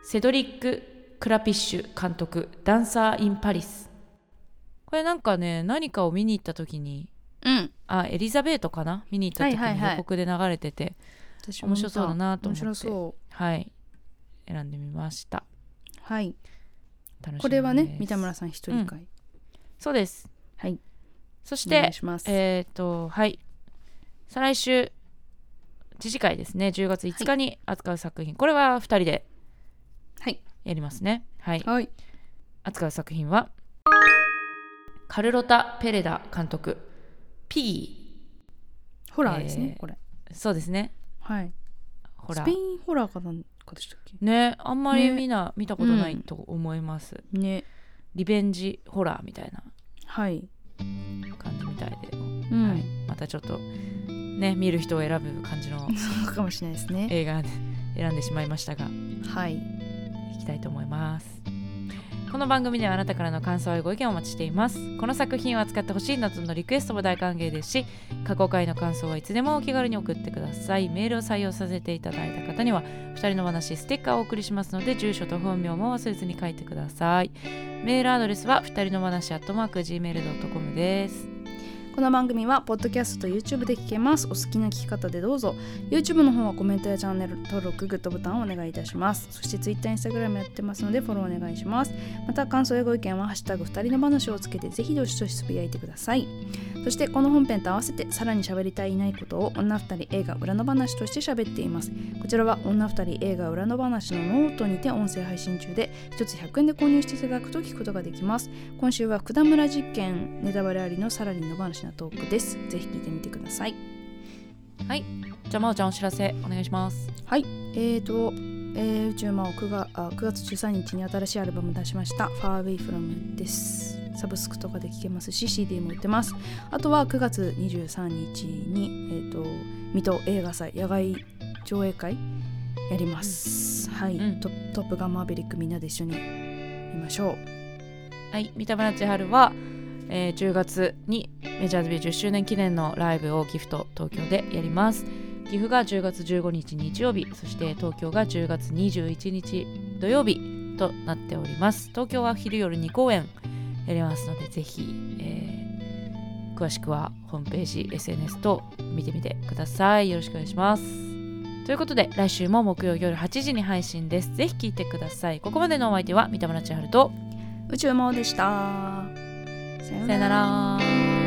[SPEAKER 1] セドリック・クラピッシュ監督「ダンサー・イン・パリス」これなんかね何かを見に行った時に
[SPEAKER 2] うん
[SPEAKER 1] あエリザベートかな見に行った時
[SPEAKER 2] はいはい
[SPEAKER 1] に
[SPEAKER 2] はい
[SPEAKER 1] 予告で流れてて
[SPEAKER 2] 私
[SPEAKER 1] 面白そうだなと思って
[SPEAKER 2] 面白そ
[SPEAKER 1] はい、選んでみました
[SPEAKER 2] うはい
[SPEAKER 1] 楽しみです
[SPEAKER 2] これはね三田村さん一人会、
[SPEAKER 1] そうです
[SPEAKER 2] はい
[SPEAKER 1] そし
[SPEAKER 2] お願
[SPEAKER 1] て
[SPEAKER 2] いします、
[SPEAKER 1] えっ、とはい再来週次次回ですね10月5日に扱う作品、これは2人で
[SPEAKER 2] はい
[SPEAKER 1] やりますねはい
[SPEAKER 2] はい
[SPEAKER 1] 扱う作品はカルロタ・ペレダ監督ピギ
[SPEAKER 2] ホラーですね、
[SPEAKER 1] えー
[SPEAKER 2] これ
[SPEAKER 1] ーそうですね
[SPEAKER 2] はい
[SPEAKER 1] ほ
[SPEAKER 2] ス
[SPEAKER 1] ら
[SPEAKER 2] ペインホラーかなんかでしたっけ
[SPEAKER 1] ねあんまり
[SPEAKER 2] ね
[SPEAKER 1] みんな見たことな
[SPEAKER 2] う
[SPEAKER 1] い
[SPEAKER 2] ん
[SPEAKER 1] と思います、
[SPEAKER 2] ね
[SPEAKER 1] リベンジホラーみたいな
[SPEAKER 2] はい、
[SPEAKER 1] 感じみたいで、
[SPEAKER 2] うん
[SPEAKER 1] はい、またちょっとね見る人を選ぶ感じの
[SPEAKER 2] そうかもしれないですね
[SPEAKER 1] 映画で選んでしまいましたが
[SPEAKER 2] はい
[SPEAKER 1] いきたいと思います。この番組ではあなたからの感想やご意見をお待ちしていますこの作品を扱ってほしいなどのリクエストも大歓迎ですし過去回の感想はいつでもお気軽に送ってくださいメールを採用させていただいた方には2人の話ステッカーをお送りしますので住所と本名も忘れずに書いてくださいメールアドレスは2人の話アットマーク Gmail.com です
[SPEAKER 2] この番組はポッドキャストと YouTube で聞けますお好きな聞き方でどうぞ YouTube の方はコメントやチャンネル登録グッドボタンをお願いいたしますそして Twitter、Instagram やってますのでフォローお願いしますまた感想やご意見は「ハッシュタグ二人の話」をつけてぜひどしどしつぶやいてくださいそしてこの本編と合わせてさらに喋りたいないことを女二人映画裏の話として喋っていますこちらは女二人映画裏の話のノートにて音声配信中で一つ100円で購入していただくと聞くことができます今週は福田村実験ネタバレありのさらにの話なトークですぜひ聞いてみてください
[SPEAKER 1] じゃあまおちゃんお知らせお願いします
[SPEAKER 2] えーと、えー、宇宙魔王9月あ9月13日に新しいアルバム出しました「Far Away From」ですサブスクとかで聴けますし CD も売ってますあとは9月23日に、えー、と水戸映画祭野外上映会やります、はい、
[SPEAKER 1] うん
[SPEAKER 2] トトップガンマーベリックみんなで一緒に見ましょう
[SPEAKER 1] はい三田村千春は、えー10月にメジャーデビュー10周年記念のライブをギフト東京でやります岐阜が10月15日日曜日そして東京が10月21日土曜日となっております東京は昼夜2公演やりますのでぜひ、えー詳しくはホームページ SNS と見てみてくださいよろしくお願いしますということで来週も木曜夜8時に配信ですぜひ聞いてくださいここまでのお相手は三田村千春と
[SPEAKER 2] 宇宙魔王でしたさよう
[SPEAKER 1] さよなら